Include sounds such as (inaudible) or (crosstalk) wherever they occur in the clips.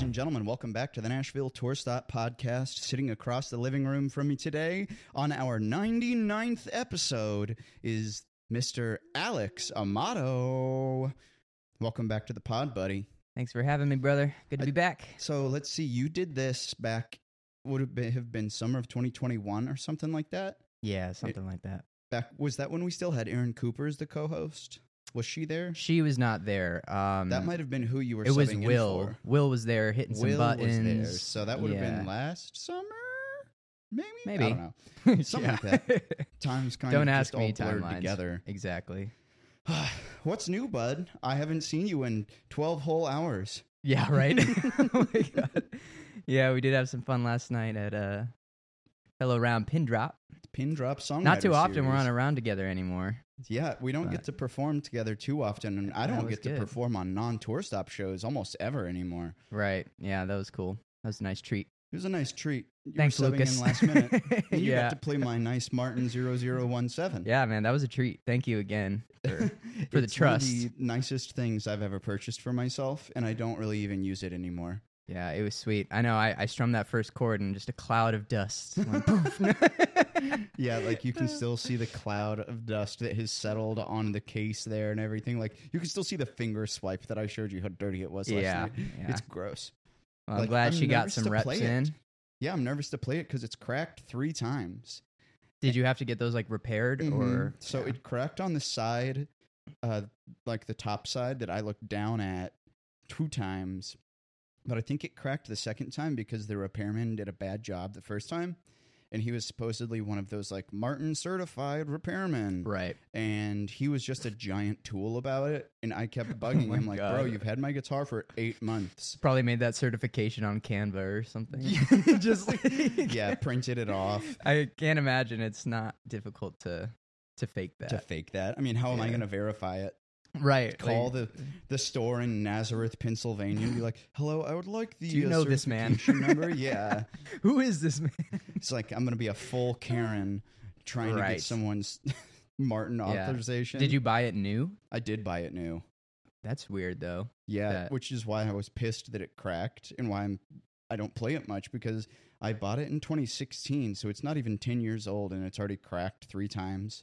and gentlemen, welcome back to the Nashville Tour Stop Podcast. Sitting across the living room from me today on our 99th episode is Mr. Alex Amato. Welcome back to the pod, buddy. Thanks for having me, brother. Good to I- be back. So let's see, you did this back, would have been, have been summer of 2021 or something like that? Yeah, something like that. Back Was that when we still had Erin Cooper as the co host? Was she there? She was not there. Um, That might have been who you were It was subbing in Will. for. Will was there hitting some buttons. So that would have been last summer, maybe. I Maybe. don't know. been (laughs) something like (laughs) that. Times kind Don't of ask just all me blurred timelines. together. exactly. What's new, bud? I haven't seen you in twelve whole hours. (laughs) Yeah. Right. (laughs) oh my god. Yeah, we did have some fun last night at uh, fellow round pin drop. Pin drop song. Not too often we're on a round together anymore. Yeah, we don't but- get to perform together too often, and I That don't was get to good. perform on non-tour stop shows almost ever anymore. Right. Yeah, that was cool. That was a nice treat. It was a nice treat. You were Thanks, subbing Lucas. In last (laughs) minute. And you yeah. got to play my nice Martin 0017. yeah, man, that was a treat. Thank you again. (laughs) for- for the It's one of trust. the nicest things I've ever purchased for myself, and I don't really even use it anymore. Yeah, it was sweet. I know. I, I strummed that first chord and just a cloud of dust. (laughs) went poof. (laughs) Yeah, like you can still see the cloud of dust that has settled on the case there and everything. Like you can still see the finger swipe that I showed you how dirty it was last yeah, night. yeah. It's gross. Well, I'm like, glad I'm she got nervous to some reps play it. in. Yeah, I'm nervous to play it because it's cracked three times. Did you have to get those like repaired Mhm. or so yeah. it cracked on the side, uh, like the top side that I looked down at two times, but I think it cracked the second time because the repairman did a bad job the first time, and he was supposedly one of those like Martin certified repairmen, (laughs) right? and he was just a giant tool about it, and I kept (laughs) Oh bugging my him like, bro, God. you've had my guitar for eight (laughs) months. Probably made that certification on Canva or something. Yeah. (laughs) Just like- (laughs) yeah, printed it off. I can't imagine it's not difficult to to fake that. To fake that, I mean, how am I Yeah. going to verify it? right. Call like- the the store in Nazareth, Pennsylvania, and be (laughs) like, "Hello, I would like the Do you uh, know this man?" certification (laughs) number." Yeah, Who is (laughs) this man? it's like I'm gonna be a full Karen trying to Right. get someone's (laughs) Martin Yeah. authorization. Did you buy it new? I did buy it new. That's weird though. Yeah, That- which is why I was pissed that it cracked, and why I'm I don't play it much because I bought it in 2016, so it's not even 10 years old, and it's already cracked three times.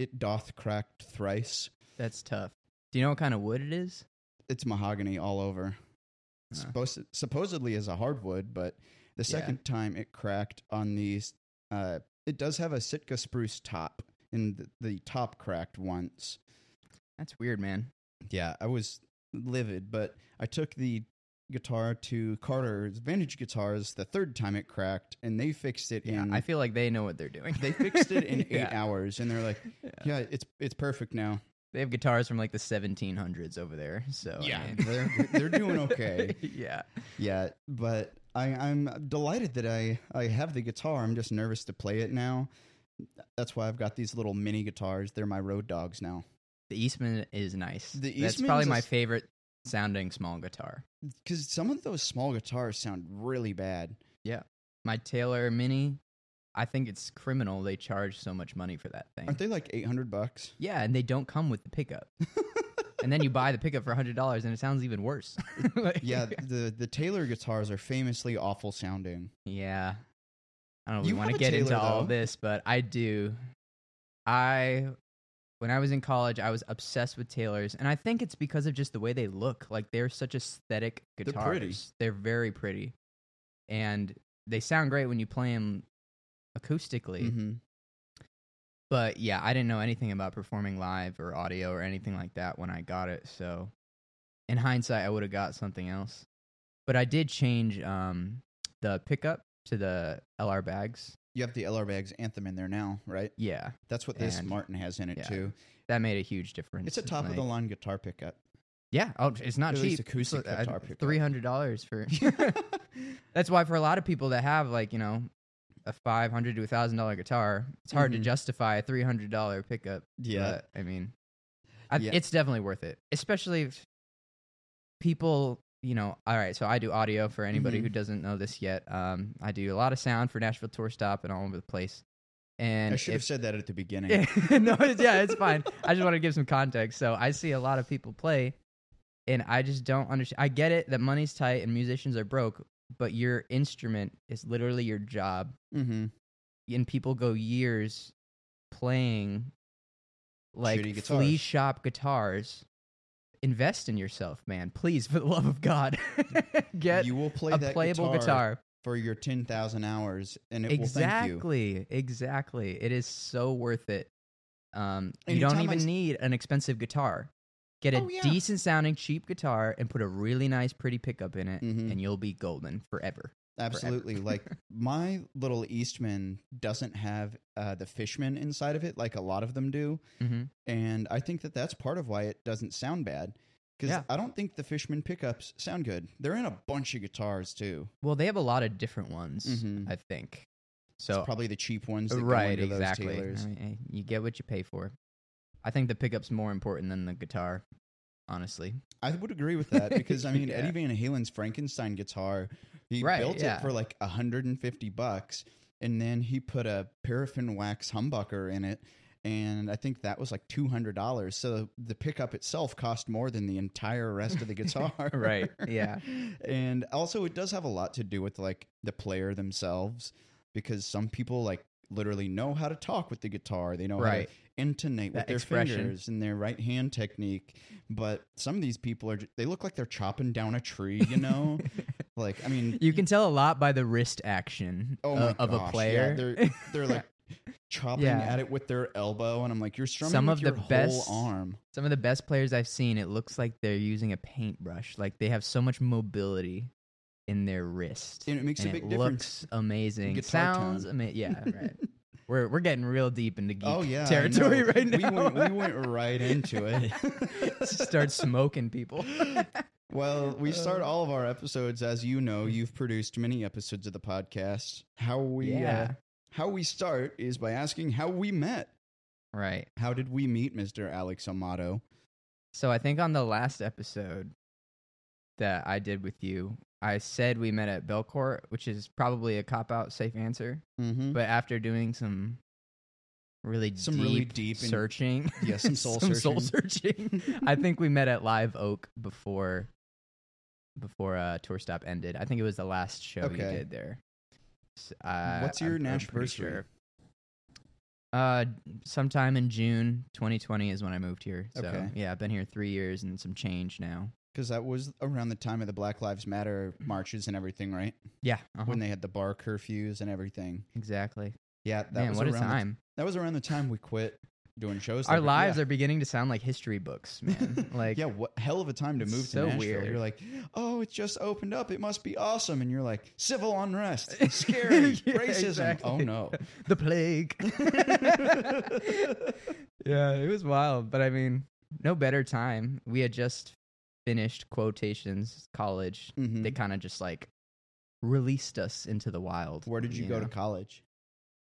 It doth cracked thrice. That's tough. Do you know what kind of wood it is? it's mahogany all over. Huh. Supposed supposedly as a hardwood, but the Yeah. second time it cracked on these, uh, it does have a Sitka spruce top, and the, the top cracked once. That's weird, man. Yeah, I was livid, but I took the guitar to Carter's Vintage Guitars the third time it cracked, and they fixed it Yeah, in. I feel like they know what they're doing. they fixed it in eight (laughs) Yeah. hours, and they're like, (laughs) Yeah. "Yeah, it's it's perfect now." They have guitars from like the 1700s over there. So I Yeah, mean- (laughs) they're- they're doing okay. (laughs) yeah, Yeah, but I, I'm delighted that I, I have the guitar. I'm just nervous to play it now. That's why I've got these little mini guitars. They're my road dogs now. the Eastman is nice. The That's Eastman's probably a my s- favorite sounding small guitar. Because some of those small guitars sound really bad. My Taylor Mini, I think it's criminal. They charge so much money for that thing. Aren't they like 800 (laughs) bucks? yeah, and they don't come with (laughs) the pickup. and then you buy the pickup for hundred dollars, and it sounds even worse. (laughs) Like- Yeah, the, the Taylor guitars are famously awful sounding. Yeah. I don't know if You we want have to a get Taylor, into all though. this, but I do. I when I was in college, I was obsessed with Taylors, and I think it's because of just the way they look. Like they're such aesthetic They're guitars. pretty. They're very pretty. And they sound great when you play them acoustically. Mm-hmm. But yeah, I didn't know anything about performing live or audio or anything like that when I got it. So in hindsight, I would have got something else. But I did change um, the pickup to the LR bags. You have the LR Bags Anthem in there now, right? Yeah, That's what this And- Martin has in it, yeah. too. that made a huge difference. It's a top of the Like, line guitar pickup. Yeah, oh, it's not At least cheap. acoustic guitar pickup. Three hundred dollars (laughs) for. (laughs) That's why for a lot of people that have like you know a five hundred to a thousand dollar guitar, it's hard Mhm. to justify a three hundred dollar pickup. Yeah. But, I mean, I, Yeah. it's definitely worth it, especially if people, you know, all right, so I do audio for anybody Mhm. who doesn't know this yet. Um, I do a lot of sound for Nashville Tour Stop and all over the place. And I should if- have said that at the beginning. (laughs) no, it's, yeah, it's fine. I just want to give some context. So I see a lot of people play and I just don't understand. I get it that money's tight and musicians are broke, but your instrument is literally your job, Mm-hmm. and people go years playing Shitty like guitars. flea shop guitars. Invest in yourself, man. Please, (laughs) for the love of God, (laughs) get you will play a that playable guitar. for your ten thousand hours, and it will thank you. Exactly, exactly. It is so worth it. Um, you don't Anytime I even s- need an expensive guitar. Get a Oh, yeah. decent sounding cheap guitar and put a really nice pretty pickup in it, Mhm. and you'll be golden forever. Absolutely. like (laughs) my little Eastman doesn't have uh, the fishman inside of it, like a lot of them do, hmm and I think that that's part of why it doesn't sound bad. Because Yeah. I don't think the fishman pickups sound good. They're in a bunch of guitars too. Well, they have a lot of different ones, Mhm. I think. It's So probably the cheap ones, that go right, into exactly. Those tailors. I mean, eh, you get what you pay for. I think the pickup's more important than the guitar, honestly. I would agree with that (laughs) because I mean Yeah. Eddie Van Halen's Frankenstein guitar, he Right, built yeah. it for like 150 bucks and then he put a paraffin wax humbucker in it and I think that was like $200. So the pickup itself cost more than the entire rest (laughs) of the guitar. Right, yeah. (laughs) and also it does have a lot to do with like the player themselves because some people like literally know how to talk with the guitar. They know how to Right. intonate with That their expression. fingers and their right hand technique. But some of these people are, ju- they look like they're chopping down a tree, you (laughs) know? like, I mean, You can tell a lot by the wrist action oh my uh, of gosh, a yeah, player. (laughs) they're, they're like chopping Yeah. at it with their elbow. And I'm like, you're strumming Some with of your the whole best- arm. Some of the best players I've seen, it looks like they're using a paintbrush. Like they have so much mobility in their wrist. And it makes a and big it difference. Looks amazing. Guitar Sounds tone. (laughs) amazing. Yeah, right. we're we're getting real deep into geek Oh yeah, I territory know. right now. We went, we went right into it. (laughs) Start smoking people. Well, we start Uh. all of our episodes, as you know, you've produced many episodes of the podcast. How (laughs) we yeah. uh, how we start is by asking how we met. Right. How did we meet, Mister Alex Amato? So I think on the last episode that I did with you, I said we met at Belcourt, which is probably a cop out safe answer. Mm-hmm. but after doing some really Some deep really deep and- searching, Yeah, (laughs) some soul soul searching, (laughs) (laughs) I think we met at Live Oak before before uh, tour stop ended. I think it was the last show you Okay. did there. S- uh, What's your I'm- I'm pretty Nashversary? sure. Uh, sometime in June 2020 is when I moved here. So Okay. yeah, I've been here three years and some change now. Because that was around the time of the Black Lives Matter marches and everything, right? Yeah, uh-huh. When they had the bar curfews and everything. exactly. Yeah, that Man, was what a around the- time! that was around the time we quit doing shows. Our like- lives yeah. are beginning to sound like history (laughs) books, man. Like yeah, what hell of a time to It's move so to Nashville. weird. You're like, oh, it just opened up. It must be awesome. And you're like, civil (laughs) unrest, (laughs) scary, Yeah, racism. Oh exactly. no. (laughs) the plague. (laughs) yeah, it was wild, but I mean, no better time. We had just finished quotations college. Mhm. They kind of just like released us into the wild. Where did you, go to college? to?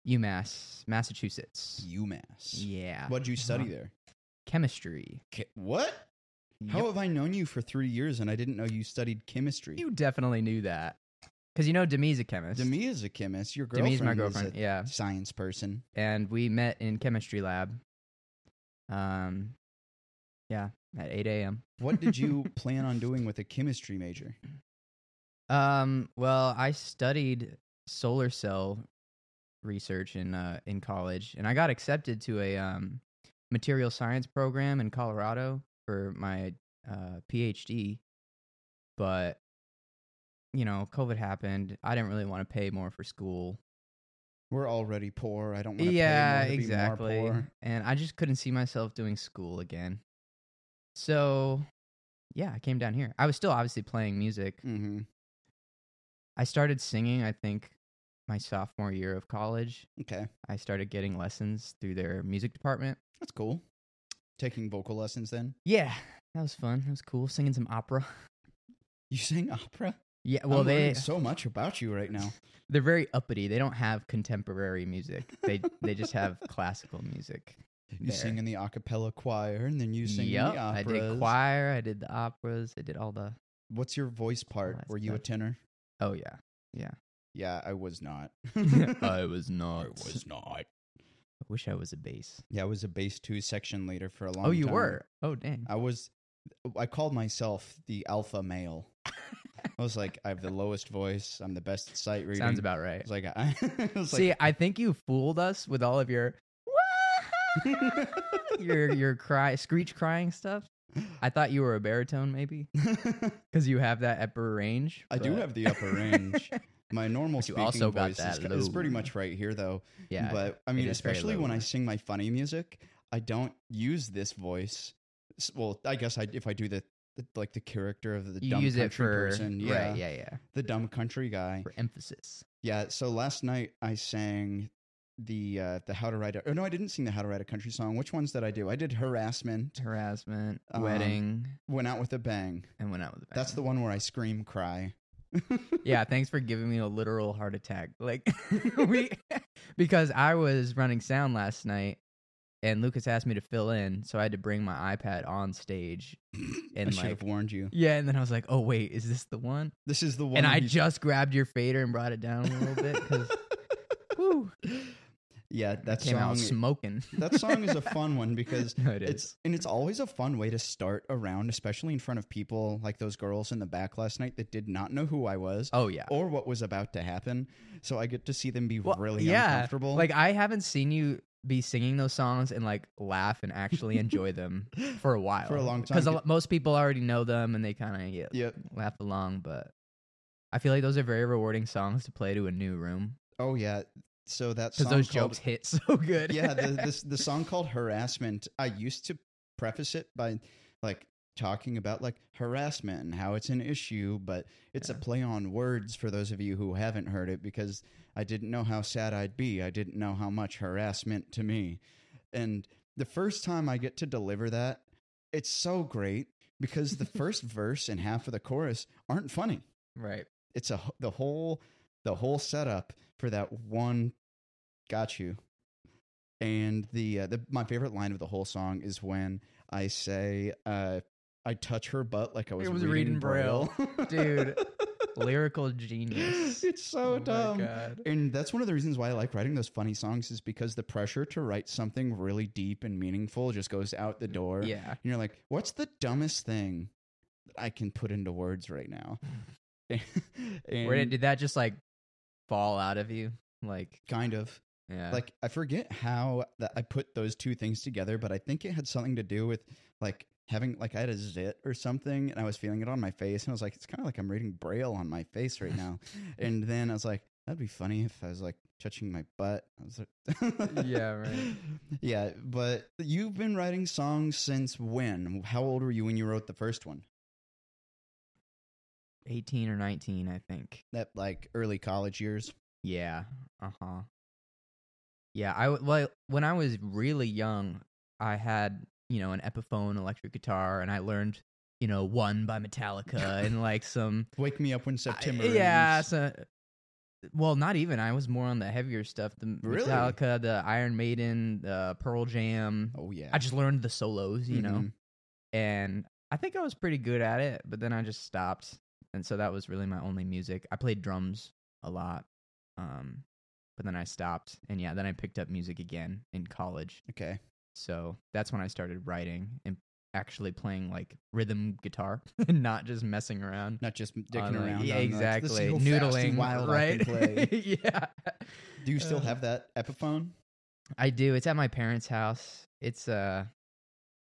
UMass, Massachusetts. UMass. Yeah, What would you study Uh-huh. there? chemistry. Ki- what? How have I known you for three years and I didn't know you studied chemistry? You definitely knew that because you know Demi's a chemist. Demi is a chemist. Your girlfriend Demi's my is a girlfriend. Yeah, science person. and we met in chemistry lab. Um, yeah, at eight a.m. What did (laughs) you plan on doing with a chemistry major? Um, well, I studied solar cell research in uh, in college, and I got accepted to a um, material science program in Colorado for my uh, PhD. But you know, COVID happened. I didn't really want to pay more for school. We're already poor. I don't want to pay Yeah, more to be more exactly. poor. And I just couldn't see myself doing school again. So, yeah, I came down here. I was still obviously playing music. Mhm. I started singing, I think, my sophomore year of college. Okay. I started getting lessons through their music department. That's cool. Taking vocal lessons then? Yeah, that was fun. That was cool. Singing some opera. (laughs) You sang opera? Yeah, well, I'm they learning so much about you right now. they're very uppity. They don't have contemporary music. They they just have classical music. You there. sing in the a cappella choir and then you sing in Yup, the I operas. did choir. I did the operas. I did all the. What's your voice part? Oh, That's Were you a good. tenor? tenor? Oh yeah, yeah. Yeah, I was (laughs) not. (laughs) was I not. was not. I wish I was a bass. Yeah, I was a bass two section leader for a long Oh, time. you were. Oh dang. I was I called myself the alpha male. (laughs) I was like, I have the lowest voice. I'm the best sight reading. Sounds about I right. was like, (laughs) I, I was See, like, I think you fooled us with all of your your (laughs) your cry screech crying stuff. I thought you were a baritone maybe (laughs) because you have that upper range. I do but- have the upper range. My normal you speaking also got voice is that ki- is pretty low. much right here, though. (laughs) yeah, but I it mean, is very especially when low. I sing my funny music, I don't use this voice. S- Well, I guess I if I do the, the like the character of the you dumb use country it for person, yeah, right, yeah, yeah, the dumb country guy, for emphasis. yeah. So last night I sang the uh, the how to write a oh no I didn't sing the how to write a country song. Which ones did I do? I did harassment, harassment, Um, wedding, went out with a bang. and went out with a bang. That's the one where I scream cry. Yeah, thanks for giving me a literal heart attack. Like (laughs) we because I was running sound last night and Lucas asked me to fill in, so I had to bring my iPad (laughs) on stage. I And should have like warned you. Yeah, and then I was like, "Oh wait, is this the one?" This is the one. and I he- just grabbed your fader and brought it down a little (laughs) bit cuz woo, yeah, that came song. out smoking. (laughs) that song is a fun one because no, it is. it's and it's always a fun way to start a round, especially in front of people like those girls in the back last night that did not know who I was oh yeah. or what was about to happen. So I get to see them be Well, really yeah, uncomfortable. Like I haven't seen you be singing those songs and like laugh and actually enjoy them (laughs) for a while For a long time. because most people already know them and they kind of yeah, yeah. laugh along. But I feel like those are very rewarding songs to play to a new room Oh yeah. So that because song those called, jokes hit (laughs) so good. yeah, (laughs) the, this the song called "Harassment." I used to preface it by like talking about like harassment and how it's an issue, but it's a Yeah. play on words for those of you who haven't heard it because I didn't know how sad I'd be. I didn't know how much harassment to me, and the first time I get to deliver that, it's so great because (laughs) the first verse and half of the chorus aren't funny right. it's a the whole the whole setup for that one got you and the uh, the my favorite line of the whole song is when i say uh i touch her butt like i was, It was reading Braille. (laughs) Lyrical genius. Oh it's (laughs) so my dumb God. and that's one of the reasons why i like writing those funny songs is because the pressure to write something really deep and meaningful just goes out the door Yeah. and you're like, what's the dumbest thing that I can put into words right now? (laughs) and Where did, did that just like fall out of you? Like kind of yeah. like (laughs) I forget how that I put those two things together, but I think it had something to do with like having like I had a zit or something, and I was feeling it on my face, and I was like, it's kind of like I'm reading braille on my face right now. and then I was like, that'd be funny if I was like touching my butt. I was like, (laughs) Yeah, right. Yeah, but you've been writing songs since when? How old were you when you wrote the first one? eighteen or nineteen, I think. that like early college years. Yeah. Uh huh. Yeah. I w- well, when I was really young, I had you know an Epiphone electric guitar, and I learned you know one by Metallica and like some Wake me up when I- September. yeah. ends. So, well, not even. I was more on the heavier stuff. The Really? Metallica, the Iron Maiden, the Pearl Jam. Oh yeah. I just learned the solos, you know, Mhm. and I think I was pretty good at it, but then I just stopped, and so that was really my only music. I played drums a lot, um, but then I stopped, and yeah, then I picked up music again in college. Okay. So that's when I started writing and actually playing like rhythm guitar (laughs) and not just messing around. Not just dicking on, like- around. Yeah, on, like, this exactly. is how fast Noodling, and wild I right? can (laughs) play. yeah. Do you still Uh, have that Epiphone? I do. It's at my parents' house. It's uh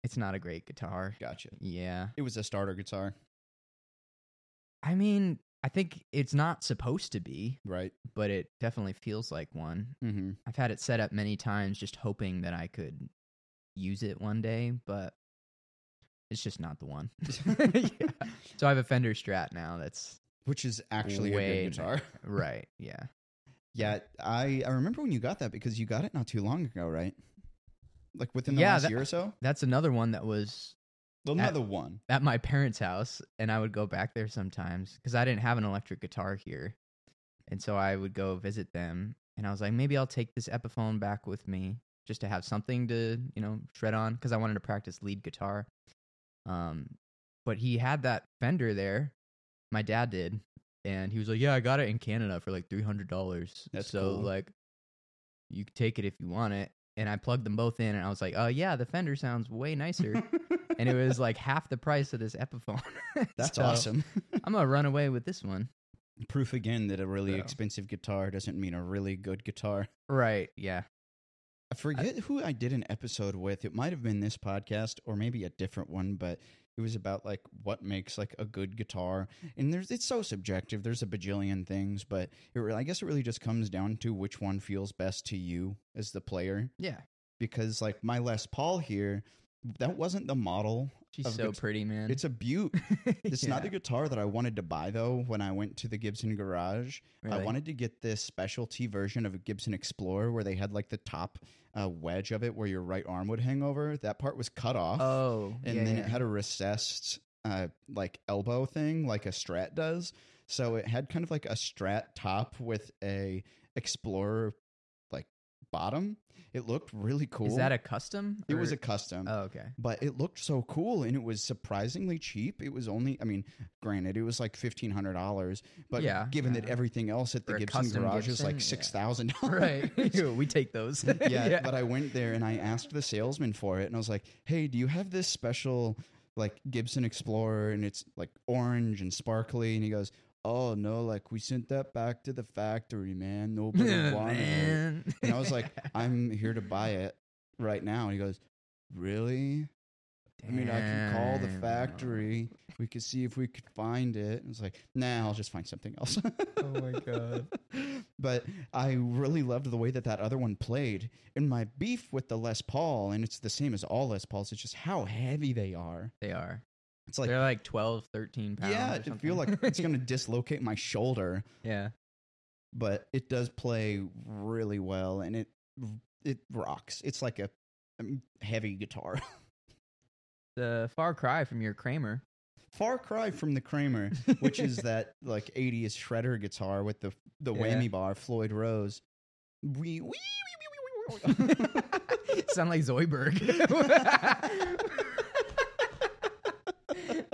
it's not a great guitar. Gotcha. Yeah. It was a starter guitar, I mean, I think it's not supposed to be, right? but it definitely feels like one. Mm-hmm. I've had it set up many times just hoping that I could use it one day, but it's just not (laughs) the one. (laughs) Yeah. So I have a Fender Strat now that's Which is actually a Way good guitar. right. Yeah. (laughs) Yeah, I I remember when you got that because you got it not too long ago, right? Like within the Yeah, last that- year or so. That's another one that was Well, not the one. um, at my parents' house, and I would go back there sometimes because I didn't have an electric guitar here, and so I would go visit them. And I was like, maybe I'll take this Epiphone back with me just to have something to you know shred on because I wanted to practice lead guitar. Um, but he had that Fender there, my dad did, and he was like, yeah, I got it in Canada for like three hundred dollars. That's So cool. like, you "Uh, can take it if you want it. And I plugged them both in, and I was like, oh yeah, the Fender sounds way nicer (laughs) and it was like half the price of this Epiphone. (laughs) That's So, awesome. (laughs) I'm gonna run away with this one. Proof again that a really So. expensive guitar doesn't mean a really good guitar. Right? Yeah. I forget who I did an episode with. It might have been this podcast or maybe a different one, but it was about like what makes like a good guitar. And there's it's so subjective. There's a bajillion things, but it re- I guess it really just comes down to which one feels best to you as the player. Yeah. Because like my Les Paul here, that wasn't the model. She's Of so guit- pretty, man. (laughs) It's a beaut. It's not the Yeah, guitar that I wanted to buy though when I went to the Gibson garage. I really. wanted to get this specialty version of a Gibson Explorer where they had like the top uh, wedge of it where your right arm would hang over. That part was cut off. Oh, and yeah, then yeah. it had a recessed uh, like elbow thing like a Strat does. So it had kind of like a Strat top with a Explorer like bottom. It looked really cool. Is that a custom? it was or- a custom Oh, okay. (laughs) but it looked so cool and it was surprisingly cheap. It was only, I mean, granted, it was like fifteen hundred dollars, but Yeah, given yeah. that everything else at For the a Gibson custom garage is like Gibson, yeah. six thousand Right. (laughs) dollars. (laughs) we take those. Yeah, but I went there and I asked the salesman for it, and I was like, "Hey, do you have this special like Gibson Explorer?" And it's like orange and sparkly, and he goes. Oh no! Like we sent that back to the factory, man. (laughs) Nobody wanted it. Man. And I was (laughs) like, I'm here to buy it right now. And he goes, Really? I mean, I can call the Damn. factory. We could see if we could find it. And it's like, nah, I'll just find something else. (laughs) Oh my God. But I really loved the way that that other one played. And my beef with the Les Paul, and it's the same as all Les Pauls, it's just how heavy they are. They are. It's like, They're like 12, 13 pounds. yeah, or I feel like (laughs) something. it's going to dislocate my shoulder. yeah. but it does play really well and it it rocks. It's like a I mean, heavy guitar. (laughs) The far cry from your Kramer. Far cry from the Kramer, (laughs) which (laughs) is that like 80s shredder guitar with the the Yeah. whammy bar Floyd Rose. Wee wee wee (laughs) wee wee wee. Sound like Zoidberg. (laughs)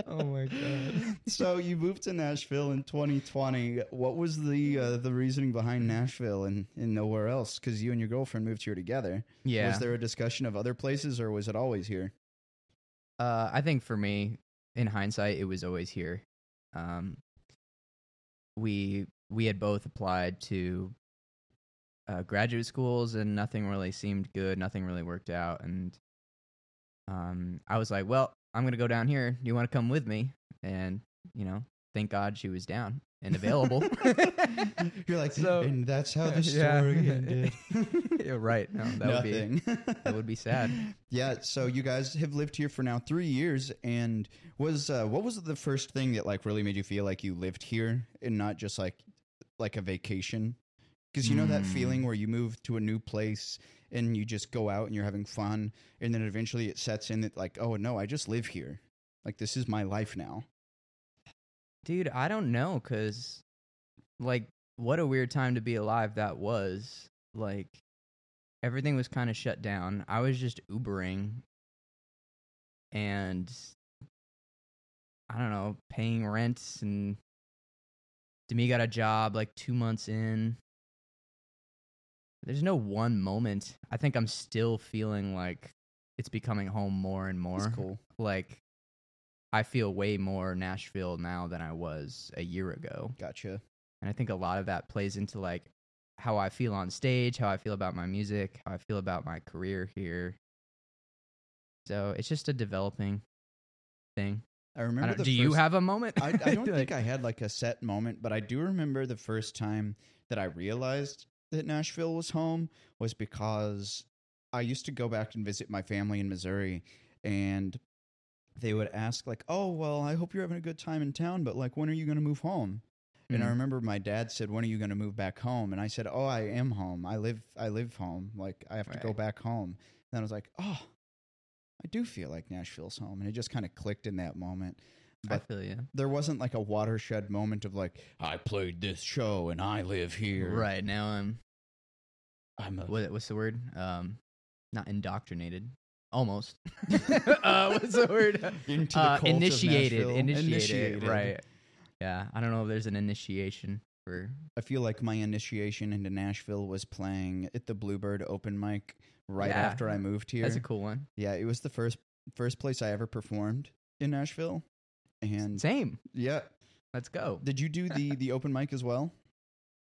oh my god. so you moved to Nashville in 2020. What was the uh, the reasoning behind Nashville and, and nowhere else? Because you and your girlfriend moved here together. Yeah. Was there a discussion of other places, or was it always here? Uh, I think for me, in hindsight, it was always here. Um, we we had both applied to uh, graduate schools, and nothing really seemed good. Nothing really worked out, and um, I was like, "Well, I'm gonna go down here. Do you want to come with me?" And you know, thank God she was down (laughs) and available. You're like, So- and that's (laughs) how the (laughs) Yeah. story (laughs) ended. Yeah, right. No, that would be Nothing. that would be sad. yeah. So you guys have lived here for now three years, and was uh, what was the first thing that like really made you feel like you lived here and not just like like a vacation? Because you know that Hmm. feeling where you move to a new place and you just go out and you're having fun, and then eventually it sets in that like, oh no, I just live here. Like this is my life now. Dude, I don't know cuz like what a weird time to be alive that was. Like everything was kind of shut down. I was just Ubering and I don't know, paying rents and Demi got a job like 2 months in. There's no one moment. I think I'm still feeling like it's becoming home more and more It's cool. like I feel way more Nashville now than I was a year ago. Gotcha. And I think a lot of that plays into like how I feel on stage, how I feel about my music, how I feel about my career here. So it's just a developing thing. I I remember. don't- the do you first- have a moment? (laughs) I, (laughs) I don't Like, think I had like a set moment, but I do remember the first time that I realized that Nashville was home was because I used to go back and visit my family in Missouri and they would ask like, "Oh, well, I hope you're having a good time in town, but like when are you going to move home?" And I Mhm. remember my dad said, "When are you going to move back home?" And I said, "Oh, I am home. I live I live home. Like I have to go Right. back home." And I was like, "Oh, I do feel like Nashville's home." And it just kind of clicked in that moment I but- feel you. there wasn't like a watershed moment of like I played this show and I live here. Right Uh, now I'm I'm a what, what's the word? Um, not indoctrinated. (laughs) Almost. (laughs) uh, what's the word? into Uh, cult of initiated, Nashville. initiated, right? Yeah, I don't know if there's an initiation for. I feel like my initiation into Nashville was playing at the Bluebird open mic right Yeah. after I moved here. That's a cool one. yeah, it was the first first place I ever performed in Nashville. And Same. yeah, Let's go. did you do (laughs) the the open mic as well?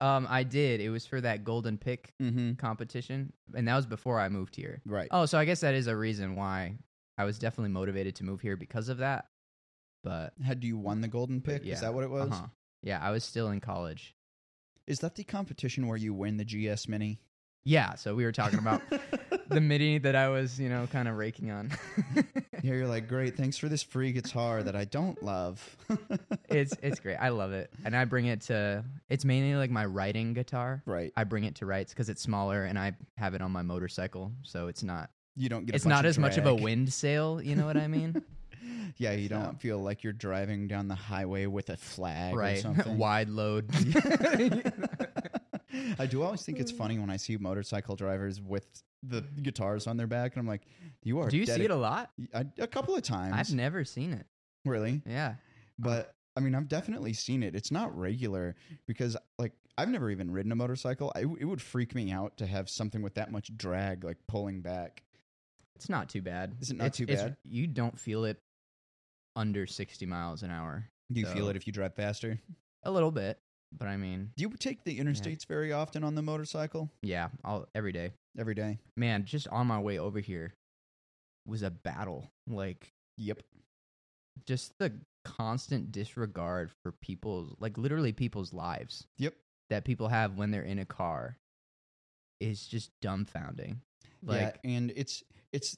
Um, I did. It was for that golden pick Mm-hmm. competition, and that was before I moved here. Right. Oh, so I guess that is a reason why I was definitely motivated to move here because of that. But Had you won the golden pick? yeah, Is that what it was? uh-huh. yeah, I was still in college. Is that the competition where you win the GS Mini? Yeah, so we were talking (laughs) about the midi that I was, you know, kind of raking on. (laughs) Yeah, you're like, great, thanks for this free guitar that I don't love. (laughs) it's it's great. I love it, and I bring it to. It's mainly like my writing guitar. right. I bring it to rights because it's smaller, and I have it on my motorcycle, so it's not You don't get. a it's bunch not as much of a drag. wind sail. You know what (laughs) I mean? Yeah, you So. don't feel like you're driving down the highway with a flag or right, (laughs) something. wide load. (laughs) (laughs) I do always think it's funny when I see motorcycle drivers with the guitars on their back, and I'm like, "You are." Do you see dedi- it a lot? I- a couple of times, I've never seen it. really, Yeah, but I mean, I've definitely seen it. It's not regular because, like, I've never even ridden a motorcycle. I, it would freak me out to have something with that much drag, like pulling back. it's not too bad. Is it not It's- too it's- bad? You don't feel it under sixty miles an hour. Do you feel So- it if you drive faster? A little bit, but I mean, Do you take the interstates very often on the motorcycle yeah, all every day. every day? Man, just on my way over here was a battle. Like Yep. just the constant disregard for people's like literally people's lives Yep. that people have when they're in a car is just dumbfounding like yeah, and it's it's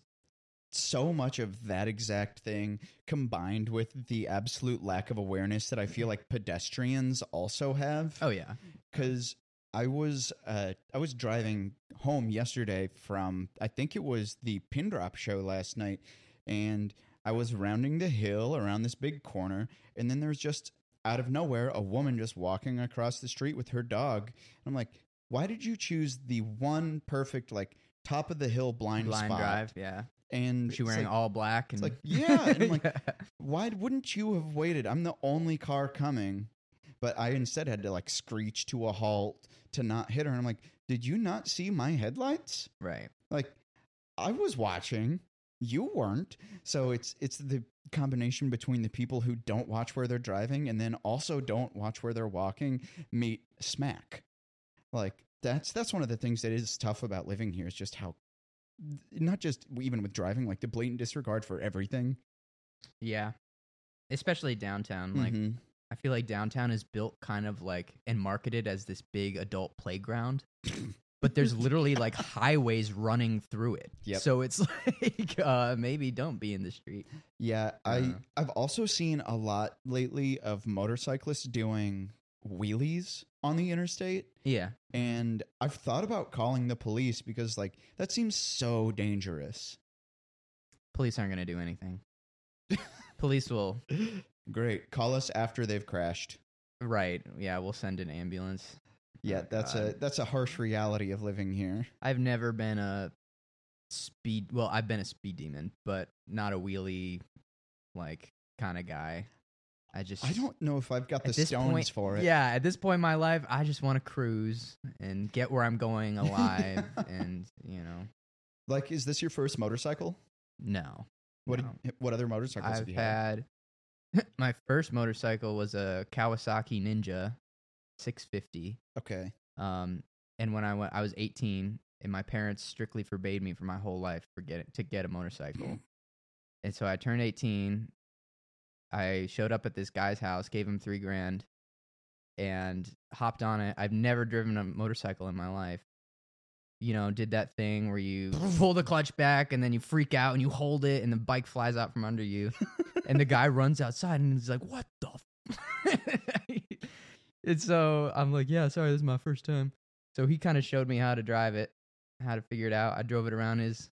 so much of that exact thing combined with the absolute lack of awareness that I feel like pedestrians also have. oh yeah because I was uh, I was driving home yesterday from I think it was the pin drop show last night, and I was rounding the hill around this big corner, and then there's just out of nowhere a woman just walking across the street with her dog. And I'm like, why did you choose the one perfect like top of the hill blind, blind spot? drive yeah And she it's wearing like, all black and (laughs) like, yeah, and I'm like- Yeah. why wouldn't you have waited? I'm the only car coming. But I instead had to like screech to a halt to not hit her. And I'm like, did you not see my headlights? right Like, I was watching. You weren't. So it's it's the combination between the people who don't watch where they're driving and then also don't watch where they're walking meet smack. Like that's that's one of the things that is tough about living here is just how not just even with driving, like the blatant disregard for everything. yeah especially downtown like Mhm. i feel like downtown is built kind of like and marketed as this big adult (laughs) playground but there's literally like highways running through it Yep. so it's (laughs) like uh maybe don't be in the street Yeah, I Yeah. I've also seen a lot lately of motorcyclists doing wheelies on the interstate yeah and I've thought about calling the police because like that seems so dangerous. police aren't going to do anything. police will, Great. Call us after they've crashed. right? Yeah, we'll send an ambulance. Yeah, Oh, that's a God. that's a harsh reality of living here. I've never been a speed. Well, I've been a speed demon, but not a wheelie like kind of guy. I just I don't know if I've got At the this stones point- for it. Yeah, at this point in my life, I just want to cruise and get where I'm (laughs) going alive, and you know, Like is this your first motorcycle? no. What No. did, what other motorcycles have I've you had? had (laughs) my first motorcycle was a Kawasaki Ninja 650. Okay. Um, and when I went, I was 18, and my parents strictly forbade me for my whole life for get, to get a motorcycle. and so I turned 18. I showed up at this guy's house, gave him three grand, and hopped on it. I've never driven a motorcycle in my life. You know, did that thing where you pull the clutch back and then you freak out and you hold it and the bike flies out from under you. and the guy runs outside and is like, What the? F-? (laughs) And so I'm like, yeah, sorry, this is my first time. So he kind of showed me how to drive it, how to figure it out. I drove it around his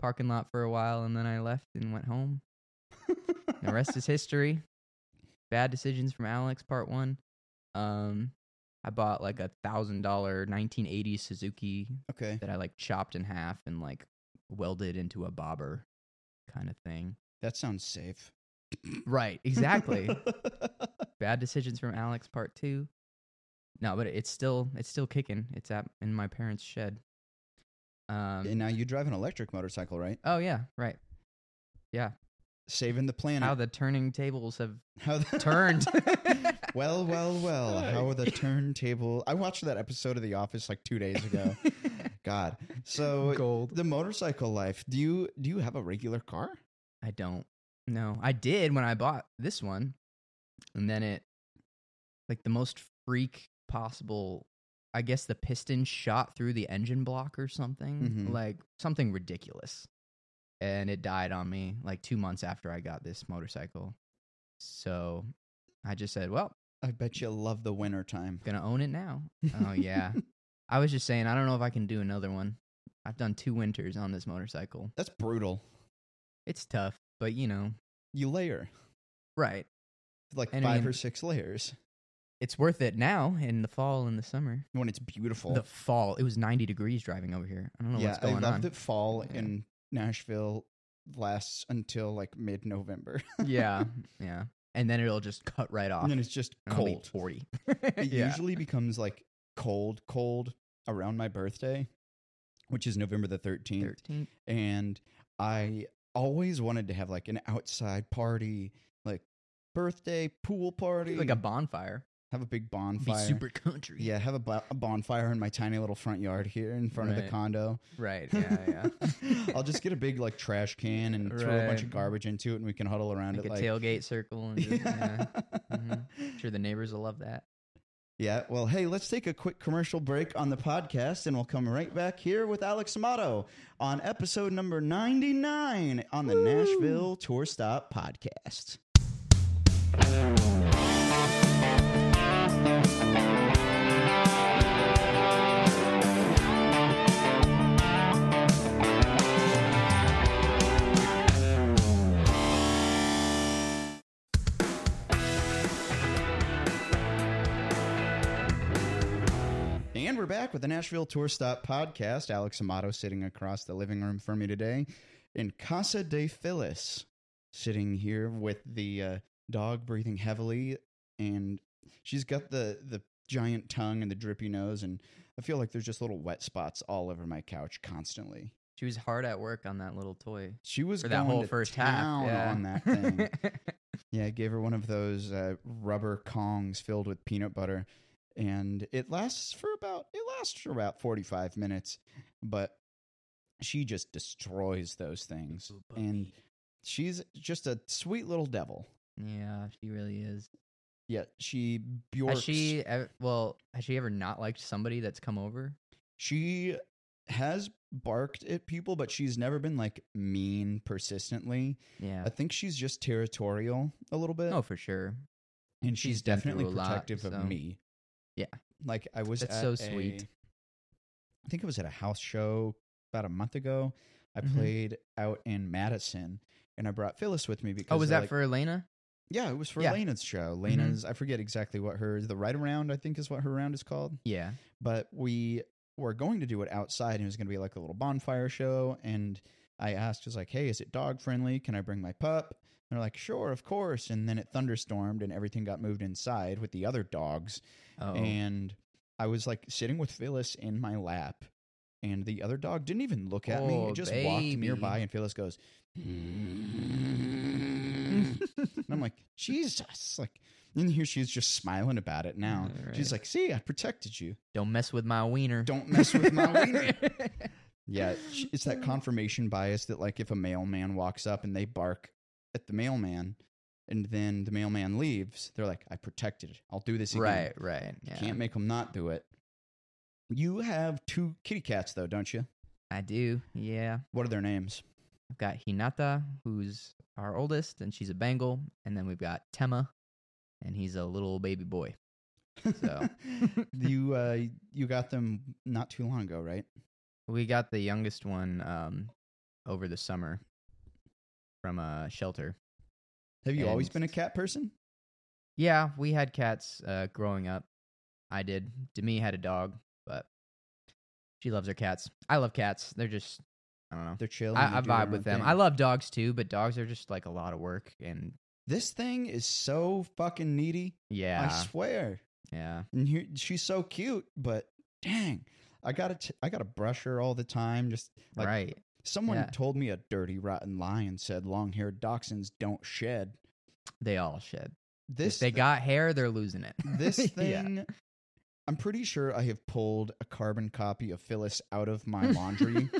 parking lot for a while and then I left and went home. The rest is history. Bad decisions from Alex, part one. Um, I bought like a thousand dollar 1980 Suzuki Okay. that I like chopped in half and like welded into a bobber kind of thing. That sounds safe. Right, exactly. bad decisions from Alex part two. No, but it's still it's still kicking. It's at in my parents' shed. Um. Um, and now you drive an electric motorcycle, right? oh yeah, right. Yeah. saving the planet. How the turning tables have How the- turned. well, well, well. How the turntable. I watched that episode of The Office like two days (laughs) ago. God. So Gold. the motorcycle life. Do you do you have a regular car? I don't. No, I did when I bought this one, and then it, like the most freak possible. I guess the piston shot through the engine block or something, Mhm. like something ridiculous, and it died on me like two months after I got this motorcycle. So I just said, "Well, I bet you love the winter time. gonna own it now." oh yeah, I was just saying, I don't know if I can do another one. I've done two winters on this motorcycle. That's brutal. It's tough, but you know, You layer right? like And I five mean- or six layers it's worth it now in the fall and the summer. when it's beautiful. The fall, it was 90 degrees driving over here. I don't know yeah, what's going I loved on. that fall Yeah. in Nashville lasts until like mid November. (laughs) yeah, yeah. And then it'll just cut right (laughs) off. and then it's just and it'll be cold. 40. It (laughs) yeah. usually becomes like cold, cold around my birthday, which is November the 13th. 13. And I always wanted to have like an outside party, like birthday pool party, Like a bonfire. have a big Be bonfire. super country. yeah, have a, bo- a bonfire in my tiny little front yard here in front of the Right. condo. Right. Yeah, yeah. (laughs) I'll just get a big like trash can and throw a bunch Right. of garbage into it, and we can huddle around (laughs) like it a like (laughs) tailgate circle. And just, yeah. Mhm. I'm sure the neighbors will love that. Yeah, well, hey, let's take a quick commercial break on the podcast and we'll come right back here with Alex Amato on episode number 99 on the Nashville Tour Stop podcast. And we're back with the Nashville Tour Stop podcast. Alex Amato sitting across the living room for me today in Casa de Phyllis, sitting here with the uh, dog breathing heavily, and she's got the the giant tongue and the drippy nose, and I feel like there's just little wet spots all over my couch constantly. She was hard at work on that little toy She was for that going whole to first town half. Yeah. on that (laughs) thing. Yeah, I gave her one of those uh, rubber kongs filled with peanut butter, and it lasts for about it lasts for about forty five minutes, but she just destroys those things, and she's just a sweet little devil. yeah, she really is. Yeah, she Bjorks. Has she ever, well, has she ever not liked somebody that's come over? she has barked at people, but she's never been like mean persistently. Yeah. I think she's just territorial a little bit, Oh, for sure. and she's, she's been definitely through a lot, protective so- of me. Yeah. Like I was That's at so a- sweet. I think it was at a house show about a month ago. I Mhm. played out in Madison and I brought Phyllis with me because Oh, was I, that like- for Elena? Yeah, it was for Yeah. Mm-hmm. Lena's show. Lena's I forget exactly what her the right around I think is what her round is called. Yeah. But we were going to do it outside and it was going to be like a little bonfire show and I asked was like, "Hey, is it dog friendly? Can I bring my pup?" And they're like, "Sure, of course." And then it thunderstormed and everything got moved inside with the other dogs Oh. and I was like sitting with Phyllis in my lap, and the other dog didn't even look at me. Oh, It just walked baby. nearby, and Phyllis goes, (laughs) and I'm like, Jesus, like. And here she is just smiling about it now. All She's right. like, see, I protected you. Don't mess with my wiener. Don't mess with (laughs) my wiener. Yeah, sh- it's that confirmation bias that, like, if a mailman walks up and they bark at the mailman and then the mailman leaves, they're like, I protected it. I'll do this again. right, right. Yeah. Can't make them not do it. You have two kitty cats, though, don't you? I do. Yeah. What are their names? I've got Hinata, who's our oldest, and she's a Bengal. And then we've got Tema, and he's a little baby boy. So. (laughs) you uh, you got them not too long ago, right? We got the youngest one um, over the summer from a shelter. Have you always And- been a cat person? Yeah, we had cats uh, growing up. I did. Demi had a dog, but she loves her cats. I love cats. They're just, I don't know. They're chill. and I, they I do their vibe own with them. thing. I love dogs too, but dogs are just like a lot of work. And this thing is so fucking needy. I yeah, swear. yeah, And here, she's so cute, but dang, I gotta t- I gotta brush her all the time. Just like right. Someone Yeah. told me a dirty, rotten lie and said long haired dachshunds don't shed. They all shed. This if they thi- got hair, they're losing it. this (laughs) Yeah. thing. I'm pretty sure I have pulled a carbon copy of Phyllis out of my laundry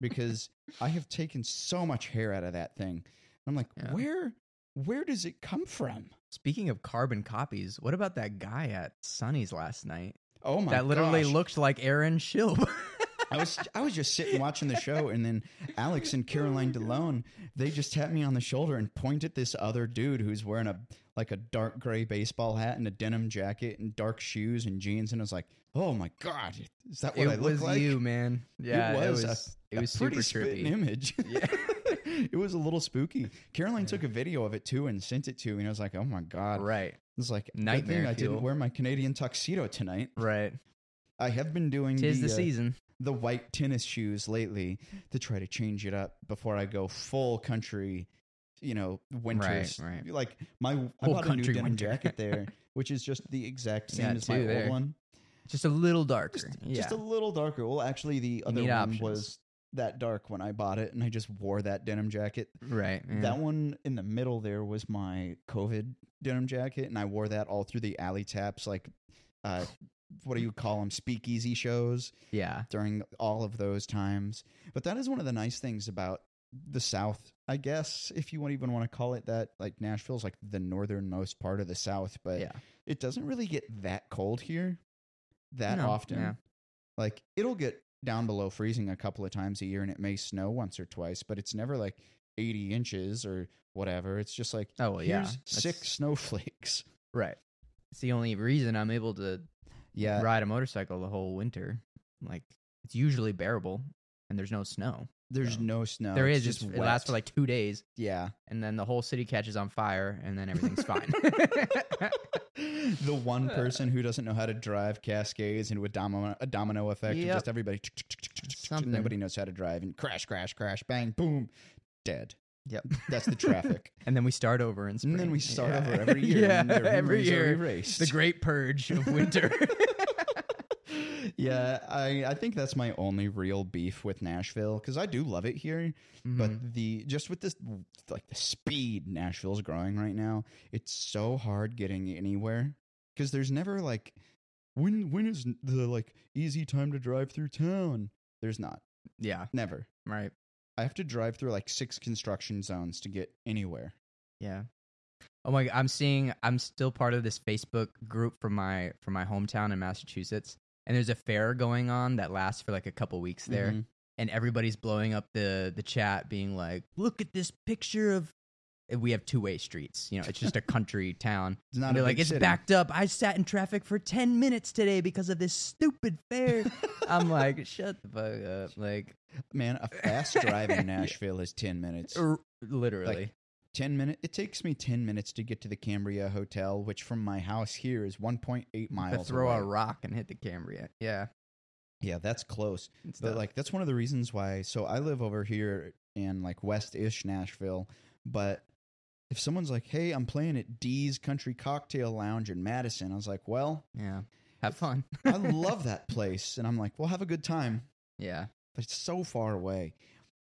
because I have taken so much hair out of that thing. I'm like, Yeah. where where does it come from? (laughs) Speaking of carbon copies, what about that guy at Sonny's last night? Oh my! that literally gosh. looked like Aaron Shilb. I was I was just sitting watching the show, and then Alex and Caroline Oh my DeLone they just tapped me on the shoulder and point at this other dude who's wearing a like a dark gray baseball hat and a denim jacket and dark shoes and jeans, and I was like, oh my god, is that what I (laughs) it look was like? (laughs) you, man. Yeah, it was was. a- it A was super pretty spitting trippy. image. (laughs) Yeah. it was a little spooky. Caroline Yeah. took a video of it too and sent it to me, and I was like, oh my god, right, it's like good Nightmare thing I didn't fuel. wear my Canadian tuxedo tonight. right. I have been doing Tis the uh, season. the white tennis shoes lately to try to change it up before I go full country, you know, winters. Right, right. Like my I Full bought a new country denim winter. jacket (laughs) there, which is just the exact same Yeah, as my two old there. one. Just a little darker. Just, yeah. just a little darker. Well, actually the other need one options. was that dark when I bought it and I just wore that denim jacket. right. mm, yeah. That one in the middle there was my COVID denim jacket and I wore that all through the alley taps like uh what do you call them speakeasy shows Yeah. during all of those times. But that is one of the nice things about the South, I guess, if you want even want to call it that. Like Nashville's like the northernmost part of the South, but Yeah. it doesn't really get that cold here that No, often. yeah. Like it'll get down below freezing a couple of times a year and it may snow once or twice, but it's never like 80 inches or whatever. It's just like Oh well, yeah. here's six That's- (laughs) snowflakes. Right. It's the only reason I'm able to Yeah. ride a motorcycle the whole winter. Like it's usually bearable, and there's no snow. There's So- no snow. there it's is just just it lasts for wet. like two days, yeah. and then the whole city catches on fire, and then (laughs) everything's fine. the one person who doesn't know how to drive cascades into a domino, a domino effect, and Yep. just everybody, Something. nobody knows how to drive, and crash, crash, crash, bang, boom, dead. Yep. That's the (laughs) traffic. And then we start over in spring. and then we start Yeah. over every (laughs) year. yeah, and the every memories are year. erased. The great purge (laughs) of winter. yeah, I, I think that's my only real beef with Nashville because I do love it here, Mhm. but the just with this like the speed Nashville's growing right now, it's so hard getting anywhere because there's never like when when is the like easy time to drive through town? There's not yeah, never. right. I have to drive through like six construction zones to get anywhere. Yeah. Oh my! I'm seeing. I'm still part of this Facebook group from my from my hometown in Massachusetts, and there's a fair going on that lasts for like a couple weeks there, Mhm. and everybody's blowing up the the chat, being like, "Look at this picture of." and We have two way streets. You know, (laughs) it's just a country town. It's not And a they're like, big it's city. backed up. I sat in traffic for 10 minutes today because of this stupid fair. (laughs) I'm like, shut the fuck up. Like, Man, (laughs) a fast drive in Nashville is ten minutes. r- literally. 10 minute it takes me 10 minutes to get to the cambria hotel which from my house here is 1.8 to miles throw away. a rock and hit the Cambria. Yeah. yeah that's close it's but tough. like that's one of the reasons why so i live over here in like west-ish nashville but if someone's like hey i'm playing at dee's country cocktail lounge in madison i was like well yeah. Have (laughs) fun. i love that place and i'm like well have a good time Yeah. but it's so far away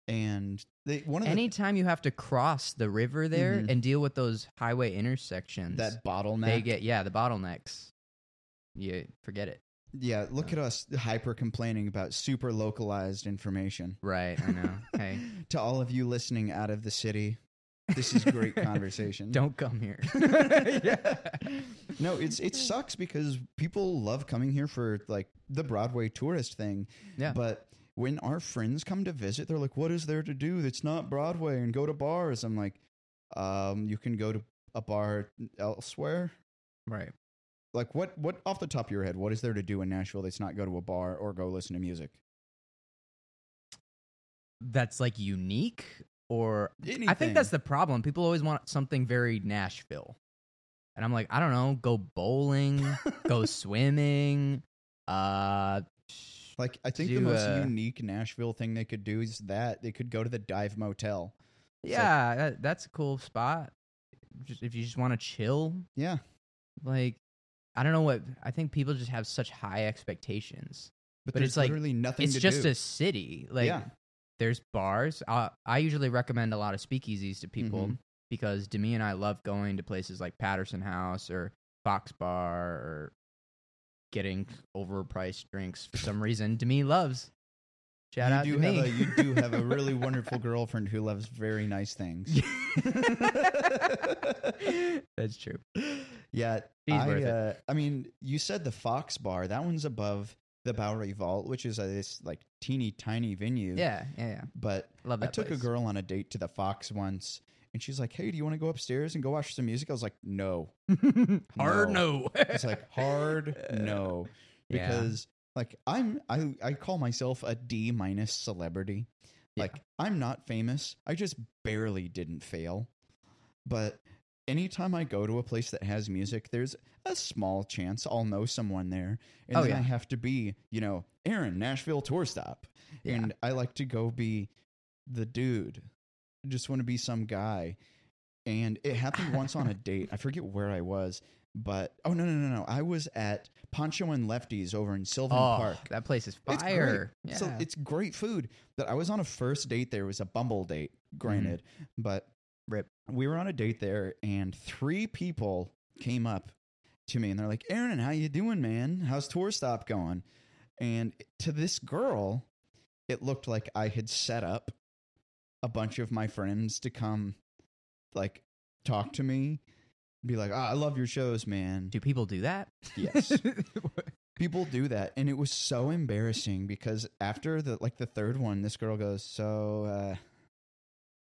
and they one of the Anytime you have to cross the river there Mhm. and deal with those highway (laughs) intersections, that bottleneck they get, yeah, the bottlenecks. You forget it. yeah look at us hyper complaining about super localized information Right. I (laughs) know. hey. to all of you listening out of the city, this is great conversation. Don't come (laughs) here. No, it's it sucks because people love coming here for like the Broadway tourist thing. Yeah. But when our friends come to visit, they're like, "What is there to do that's not Broadway and go to bars?" I'm like, um, "You can go to a bar elsewhere." (laughs) Right. Like what what off the top of your head, what is there to do in Nashville that's not go to a bar or go listen to music? That's like unique or I think Anything. that's the problem. People always want something very Nashville. And I'm like, I don't know, go bowling, (laughs) go swimming, uh Like I think the Do, most uh, unique Nashville thing they could do is that they could go to the Dive Motel. yeah, that, that's a cool spot. Just, if you just want to chill, Yeah. like I don't know what I think people just have such high expectations. But, But there's it's like- literally nothing it's to just do. a city. Like Yeah. there's bars. I, I usually recommend a lot of speakeasies to people Mhm. because Demi and I love going to places like Patterson House or Fox Bar or getting overpriced drinks for some reason. Demi loves. Shout you out do to have me. a you do have (laughs) a really wonderful girlfriend who loves very nice things. (laughs) That's true. Yeah, She's I, worth it. uh, I mean, you said the Fox Bar. That one's above the Bowery Vault, which is uh, this like teeny tiny venue. Yeah, yeah, yeah. but Love I that. took place. a girl on a date to the Fox once, and she's like, "Hey, do you want to go upstairs and go watch some music?" I was like, "No." No. Hard (laughs) no. It's (laughs) like hard no (laughs) Yeah. because like I'm I I call myself a D minus celebrity. Yeah. Like I'm not famous. I just barely didn't fail. But anytime I go to a place that has music, there's a small chance I'll know someone there. And Oh, then yeah. I have to be, you know, Aaron, Nashville tour stop. Yeah. And I like to go be the dude. I just want to be some guy. And it happened once (laughs) on a date. I forget where I was, but oh no no no no! I was at Poncho and Lefty's over in Sylvan oh, Park. that place is Ah, It's great. fire. So Yeah. it's great food. That I was on a first date there it was a bumble date, granted, but Rip. we were on a date there, and three people came up to me and they're like, "Aaron, how you doing, man? How's tour stop going?" And to this girl, it looked like I had set up a bunch of my friends to come, like, talk to me, be like, "Ah, "I love your shows, man." do people do that? Yes people do that and it was so embarrassing because after the like the third one this girl goes so uh (laughs)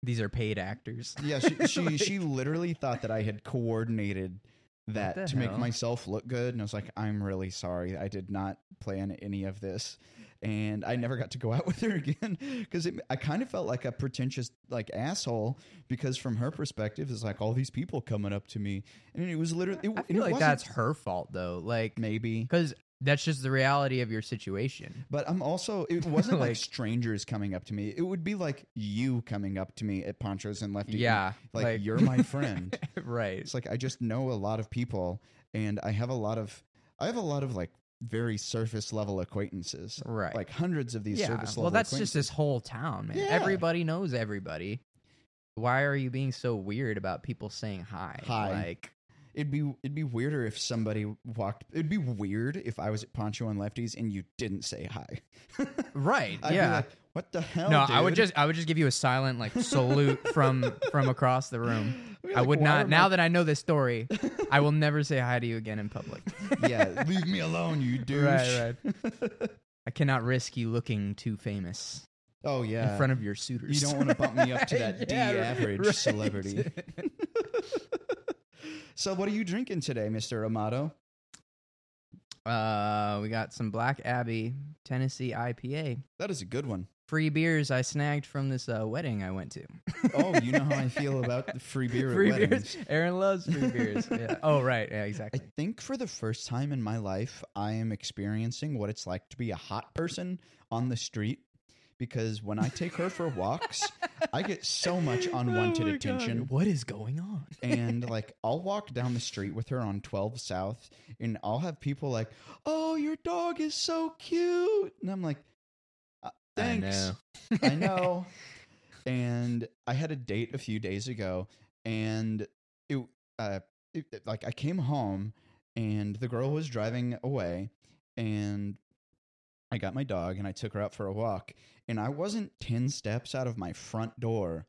These are paid actors. yeah she she, (laughs) Like- she literally thought that i had coordinated the that to make hell? myself look good and i was like i'm really sorry i did not plan any of this and i never got to go out (laughs) with her again because i kind of felt like a pretentious like asshole because from her perspective it's like all these people coming up to me and it was literally it, I and it feel like wasn't- that's her fault though. Like maybe because that's just the reality of your situation. But I'm also it wasn't like, (laughs) Like- strangers coming up to me. It would be like you coming up to me at Ponchos and Lefty. yeah. Like, you're my friend. (laughs) right. It's (laughs) like I just know a lot of people and I have a lot of I have a lot of like very surface level acquaintances. Right. Like hundreds of these yeah. surface level Well, that's just this whole town, man. Yeah. Everybody knows everybody. Why are you being so weird about people saying hi? Hi. Like it'd be it'd be weirder if somebody walked it'd be weird if I was at Poncho and Lefty's and you didn't say hi. right. I'd yeah. be like, what the hell? no, I would dude?" just I would just give you a silent (laughs) like salute from from across the room. I'd be I like, would "Why not. am Now I- that I know (laughs) this story, I will never say hi to you again in public. Yeah, leave me alone, you douche. (laughs) Right, (laughs) I cannot risk you looking too famous Oh yeah. in front of your suitors. You don't want to bump me (laughs) up to (laughs) that Yeah, D right, average right. celebrity. (laughs) so, what are you drinking today, Mr. Amato? Uh, we got some Black Abbey Tennessee IPA. That is a good one. Free beers I snagged from this uh, wedding I went to. (laughs) Oh, you know how I feel about the free beer (laughs) free at weddings. beers. Aaron loves (laughs) free beers. Yeah. Oh right. Yeah. I Exactly. think for the first time in my life, I am experiencing what it's like to be a hot person on the street because when I take her for walks, I get so (laughs) (laughs) much unwanted Oh my God, attention. What is going on? and like I'll walk down the street with her on 12 South and I'll have people like, "Oh, your dog is so cute." And I'm like, "Uh, "Thanks." I know. and I had a date a few days ago and it uh it, it- like I came home and the girl was driving away and I got my dog and I took her out for a walk and I wasn't 10 steps out of my front door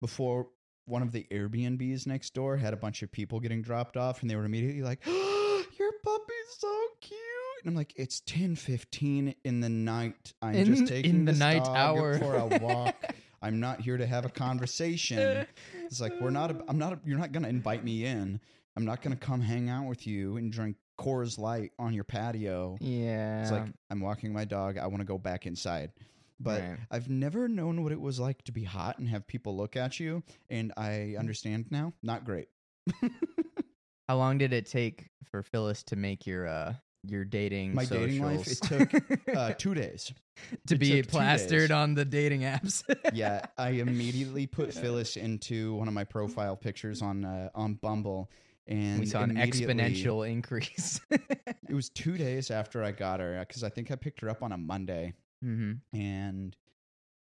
before one of the Airbnbs next door had a bunch of people getting dropped off, and they were immediately like, (gasps) "Your puppy's so cute!" And I'm like, "It's ten fifteen in the night. I'm In- just taking in the this night dog hour." for (laughs) a walk. I'm not here to have a conversation. It's like we're not. I'm not. You're not gonna invite me in. I'm not gonna come hang out with you and drink Coors Light on your patio. Yeah. It's like I'm walking my dog. I want to go back inside. But Right. I've never known what it was like to be hot and have people look at you. And I understand now. Not great. How long did it take for Phyllis to make your uh your dating My dating life, socials- it took, Uh, two days. (laughs) to it be took two days. plastered on the dating apps. (laughs) Yeah, I immediately put Phyllis into one of my profile pictures on uh, on Bumble, and we saw an immediately- exponential (laughs) increase. It was two Mm-hmm. days after I got her because I think I picked her up on a Monday, hmm and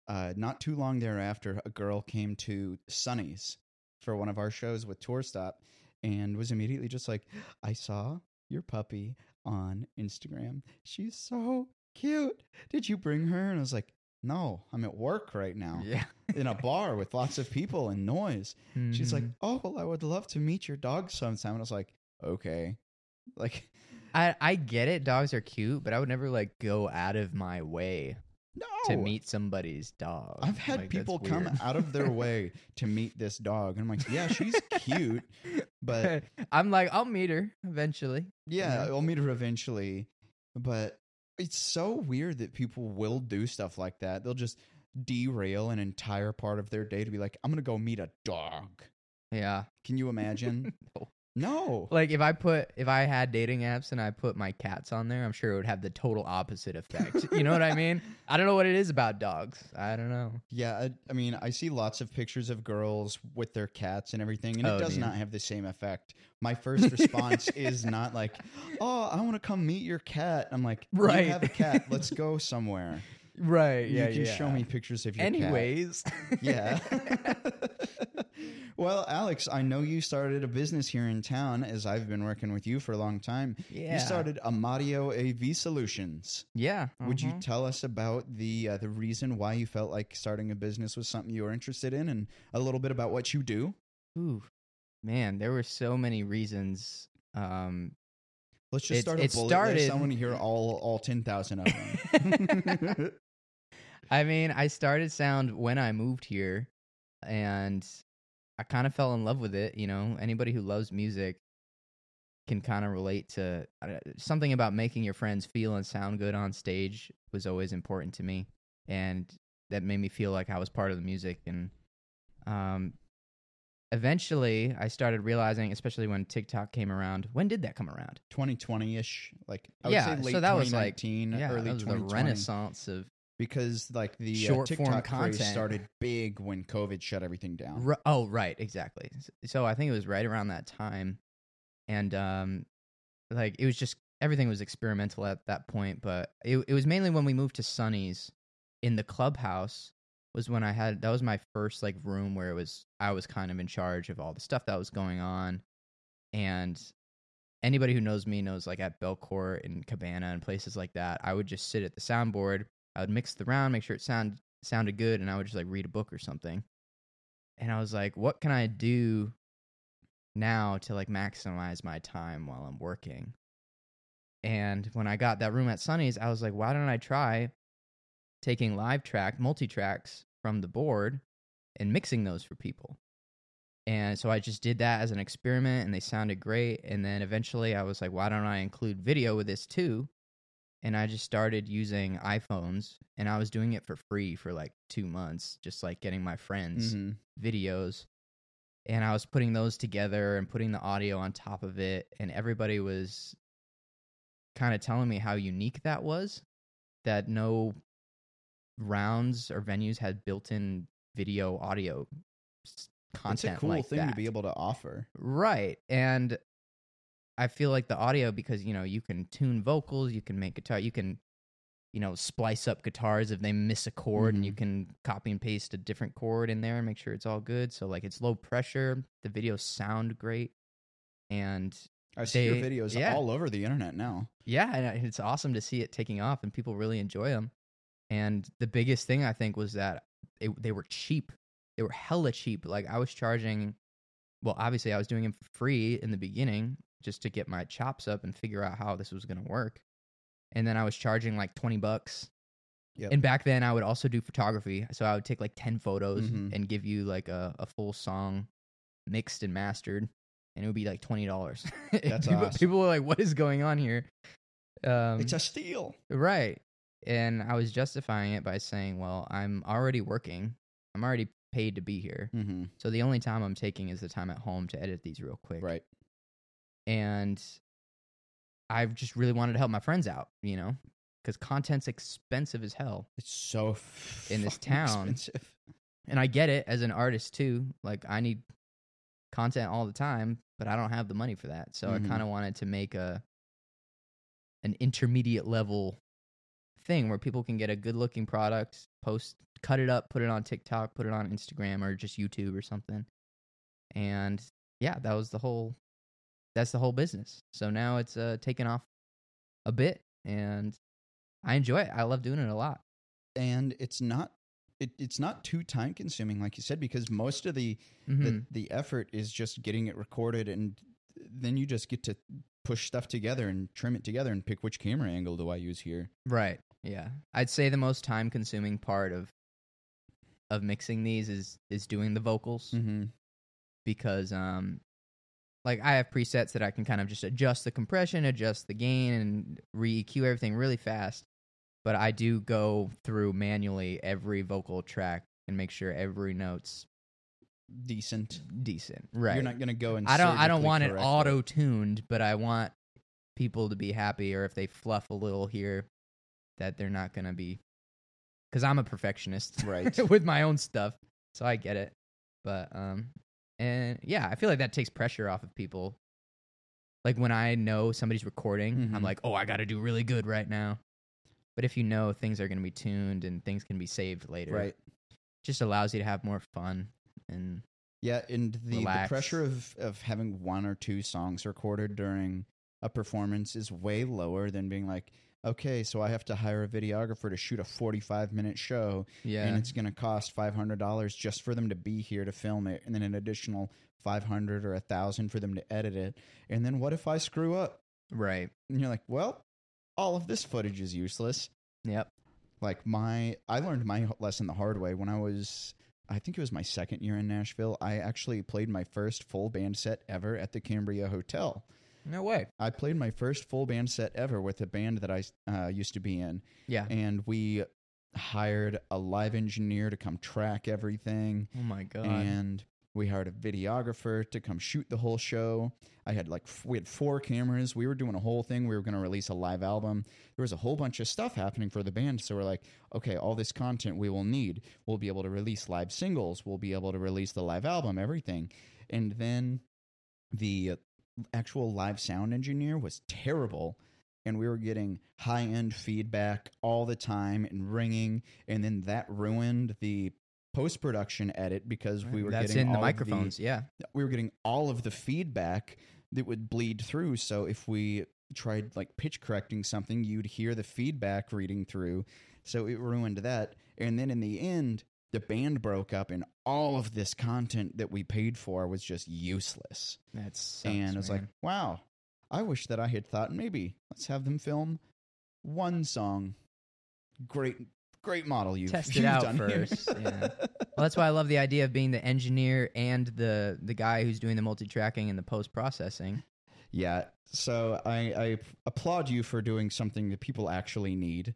uh, not too long thereafter, a girl came to Sunny's for one of our shows with Tour Stop and was immediately just like, I saw your puppy on Instagram. She's so cute. Did you bring her? And I was like, No, I'm at work right now (laughs) Yeah. in a bar with lots of people and noise. She's like, Mhm. Oh, well, I would love to meet your dog sometime. And I was like, Okay. Like, I I get it. Dogs are cute, but I would never like go out of my way no. to meet somebody's dog. I've had Like, that's people come weird. out of (laughs) their way to meet this dog. And I'm like, yeah, she's cute, but I'm like, I'll meet her eventually. yeah, Yeah. I'll meet her eventually. But it's so weird that people will do stuff like that. They'll just derail an entire part of their day to be like, I'm going to go meet a dog. Yeah. Can you imagine? (laughs) No. No. Like if I put if I had dating apps and I put my cats on there, I'm sure it would have the total opposite effect. you know what (laughs) I mean? I don't know what it is about dogs. I don't know. Yeah, I, I mean, I see lots of pictures of girls with their cats and everything, and Oh, it does dude. not have the same effect. My (laughs) first response is not like, "Oh, I want to come meet your cat." I'm like, Right. "You have a (laughs) cat. Let's go somewhere. Right. you can show me pictures of your (laughs) Anyways. (laughs) cat." Yeah. (laughs) well, Alex, I know you started a business here in town, as I've been working with you for a long time. yeah. You started Amadio AV Solutions. Yeah. Would you uh-huh. tell us about the uh, the reason why you felt like starting a business was something you were interested in, and a little bit about what you do? Ooh, man, there were so many reasons. Um, Let's just It's- start a it bullet started- list. I want to hear all all ten thousand of (laughs) them. (laughs) I mean, I started sound when I moved here, and I kind of fell in love with it. You know, anybody who loves music can kind of relate to I- something about making your friends feel and sound good on stage was always important to me, and that made me feel like I was part of the music. And um, eventually, I started realizing, especially when TikTok came around. When did that come around? Twenty twenty ish, like I would Yeah, say late so that was like- 2019, early that was the 2020, renaissance of because like the Short uh, form TikTok craze content. started big when COVID shut everything down. Ri- oh, right, exactly. S- So I think it was right around that time, and um, like it was just everything was experimental at that point. But it it was mainly when we moved to Sunny's in the clubhouse was when I had that was my first like room where it was I was kind of in charge of all the stuff that was going on, and anybody who knows me knows like at Belcourt and Cabana and places like that, I would just sit at the soundboard. I would mix the round, make sure it sound sounded good, and I would just like read a book or something. And I was like, what can I do now to like maximize my time while I'm working? And when I got that room at Sunny's, I was like, why don't I try taking live track, multi tracks from the board and mixing those for people? And so I just did that as an experiment and they sounded great. And then eventually I was like, why don't I include video with this too? And I just started using iPhones and I was doing it for free for like two months, just like getting my friends hmm videos and I was putting those together and putting the audio on top of it and everybody was kind of telling me how unique that was that no rounds or venues had built-in video audio s- It's a content cool like thing that. to be able to offer. Right. And I feel like the audio because you know, you can tune vocals, you can make guitar, you can you know, splice up guitars if they miss a chord and you can copy and paste a different chord in there and make sure it's all good. So like it's low pressure, the videos sound great and I see your They- videos yeah. all over the internet now. yeah, and I- it's awesome to see it taking off and people really enjoy them. And the biggest thing I think was that it, they were cheap. They were hella cheap. Like I was charging, well, obviously I was doing them for free in the beginning just to get my chops up and figure out how this was going to work. And then I was charging like 20 bucks. Yep. And back then I would also do photography. So I would take like 10 photos Mhm. and give you like a, a full song mixed and mastered. And it would be like (laughs) $20. That's people, awesome. people were like, what is going on here? Um, It's a steal. Right. And I was justifying it by saying, well, I'm already working. I'm already paid to be here. hmm So the only time I'm taking is the time at home to edit these real quick. Right. And I just really wanted to help my friends out, you know, because content's expensive as hell. It's so In this fucking town. expensive. And I get it as an artist too. Like I need content all the time, but I don't have the money for that. So Mhm. I kind of wanted to make a an intermediate level thing where people can get a good looking product, post, cut it up, put it on TikTok, put it on Instagram or just YouTube or something. And yeah, that was the whole. That's the whole business. So now it's uh, taken off a bit, and I enjoy it. I love doing it a lot. and it's not it, it's not too time consuming like you said because most of the, Mhm. the the effort is just getting it recorded and then you just get to push stuff together and trim it together and pick which camera angle do I use here. Right. Yeah. I'd say the most time consuming part of of mixing these is is doing the vocals Mm-hmm. because um like I have presets that I can kind of just adjust the compression, adjust the gain and re-EQ everything really fast. But I do go through manually every vocal track and make sure every note's Decent. decent. Right. You're not going to go and I don't I don't surgically want it correct auto tuned, but I want people to be happy or if they fluff a little here that they're not going to be cuz I'm a perfectionist (laughs) Right. with my own stuff. So I get it. But um and yeah, I feel like that takes pressure off of people. Like when I know somebody's recording, Mhm. I'm like, "Oh, I got to do really good right now." But if you know things are going to be tuned and things can be saved later, Right. just allows you to have more fun and Yeah, and the, the Relax. pressure of of having one or two songs recorded during a performance is way lower than being like, okay, so I have to hire a videographer to shoot a 45 minute show yeah. and it's going to cost five hundred dollars just for them to be here to film it, and then an additional five hundred or a thousand for them to edit it. And then what if I screw up? right. And you're like, well, all of this footage is useless. Yep. Like my, I learned my lesson the hard way when I was, I think it was my second year in Nashville. I actually played my first full band set ever at the Cambria Hotel. No way. I played my first full band set ever with a band that I uh, used to be in. Yeah. and we hired a live engineer to come track everything Oh my god. and we hired a videographer to come shoot the whole show. I had like f- we had four cameras. We were doing a whole thing. We were going to release a live album. There was a whole bunch of stuff happening for the band. So we're like, okay, all this content we will need. We'll be able to release live singles. We'll be able to release the live album. Everything, and then the actual live sound engineer was terrible. And we were getting high end feedback all the time and ringing. And then that ruined the post production edit because we were That's getting in the all of microphones. yeah. we were getting all of the feedback that would bleed through. So if we tried like pitch correcting something, you'd hear the feedback reading through. So it ruined that. And then in the end, the band broke up, and all of this content that we paid for was just useless. That's sucks, and it's like, man. wow, I wish that I had thought maybe let's have them film one song. Great, great model you've, Test it you've out done here. first, yeah. well, that's why I love the idea of being the engineer and the the guy who's doing the multi tracking and the post processing. Yeah. So I, I applaud you for doing something that people actually need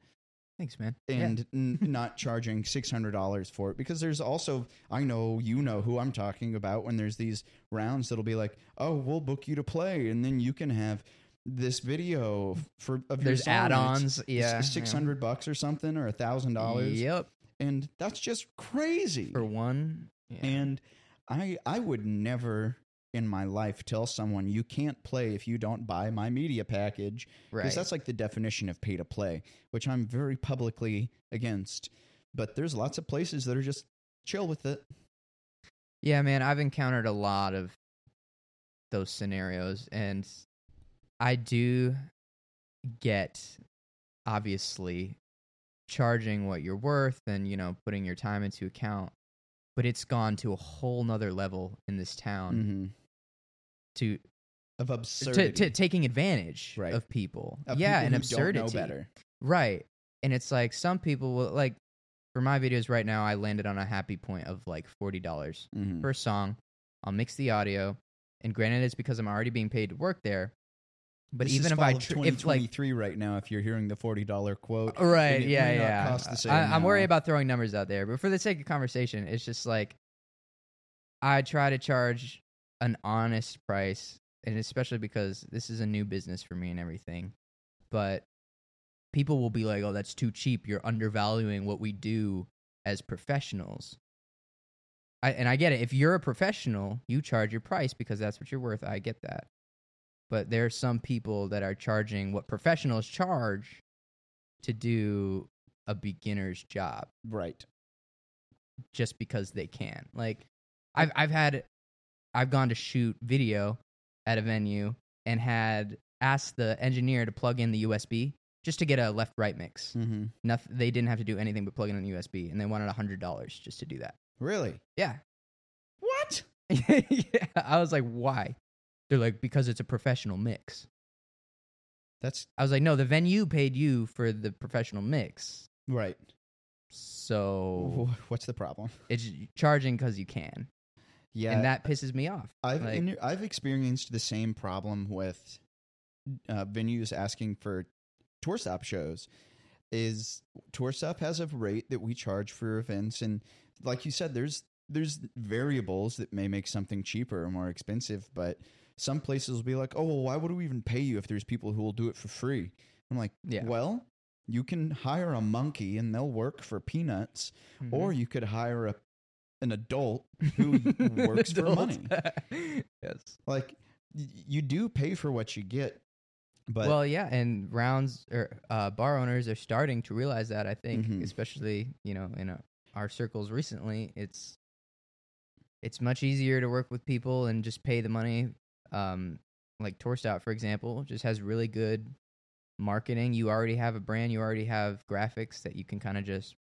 Thanks, man. Yeah. and n- (laughs) not charging $600 for it because there's also, I know you know who I'm talking about when there's these rounds that'll be like, oh, we'll book you to play and then you can have this video f- for of your there's song. add and it's- ons. it's Yeah, 600 bucks or something or a thousand dollars Yep, and that's just crazy for one. Yeah. and I I would never in my life tell someone you can't play if you don't buy my media package right. because that's like the definition of pay to play, which I'm very publicly against. But there's lots of places that are just chill with it. Yeah, man, I've encountered a lot of those scenarios, and I do get obviously charging what you're worth and you know putting your time into account, but it's gone to a whole nother level in this town Mm. to, Mm-hmm. Of Um, to absurdity. to taking advantage Right. of people. of yeah, people and who don't absurdity. know better. Right. And it's like some people will like for my videos right now I landed on a happy point of like forty dollars Mhm. per song. I'll mix the audio, and granted, it's because I'm already being paid to work there. But This even is if I fall of tr- if like Uh, 2023 right now, if you're hearing the forty dollar quote, right, and it yeah, may not yeah, cost the same I, I'm worried now. about throwing numbers out there, but for the sake of conversation, it's just like I try to charge an honest price, and especially because this is a new business for me and everything. But people will be like, "Oh, that's too cheap. You're undervaluing what we do as professionals." I, and I get it. If you're a professional, you charge your price because that's what you're worth. I get that. But there are some people that are charging what professionals charge to do a beginner's job Right. just because they can. Like I've I've had I've gone to shoot video at a venue and had asked the engineer to plug in the USB just to get a left right mix. Mm-hmm. Nothing, they didn't have to do anything but plug in a USB and they wanted $100 just to do that. Really? Yeah. What? (laughs) yeah. I was like, "Why?" They're like, "Because it's a professional mix." That's I was like, "No, the venue paid you for the professional mix." right. So Oh. Wh- What's the problem? it's charging because you can, Yeah. and that pisses me off. I've like- inter- I've experienced the same problem with uh, venues asking for tour stop shows. Is tour stop has a rate that we charge for events, and like you said, there's there's variables that may make something cheaper or more expensive, but some places will be like, oh, well, why would we even pay you if there's people who will do it for free? I'm like, Yeah. well, you can hire a monkey and they'll work for peanuts, Mhm. or you could hire a an (laughs) adult who works for Adults. money. (laughs) yes. Like y- you do pay for what you get, but well, yeah, and rounds or uh, bar owners are starting to realize that. I think, Mhm. especially you know in uh our circles recently, it's it's much easier to work with people and just pay the money. Um, like Torstout, for example, just has really good marketing. You already have a brand. You already have graphics that you can kind of just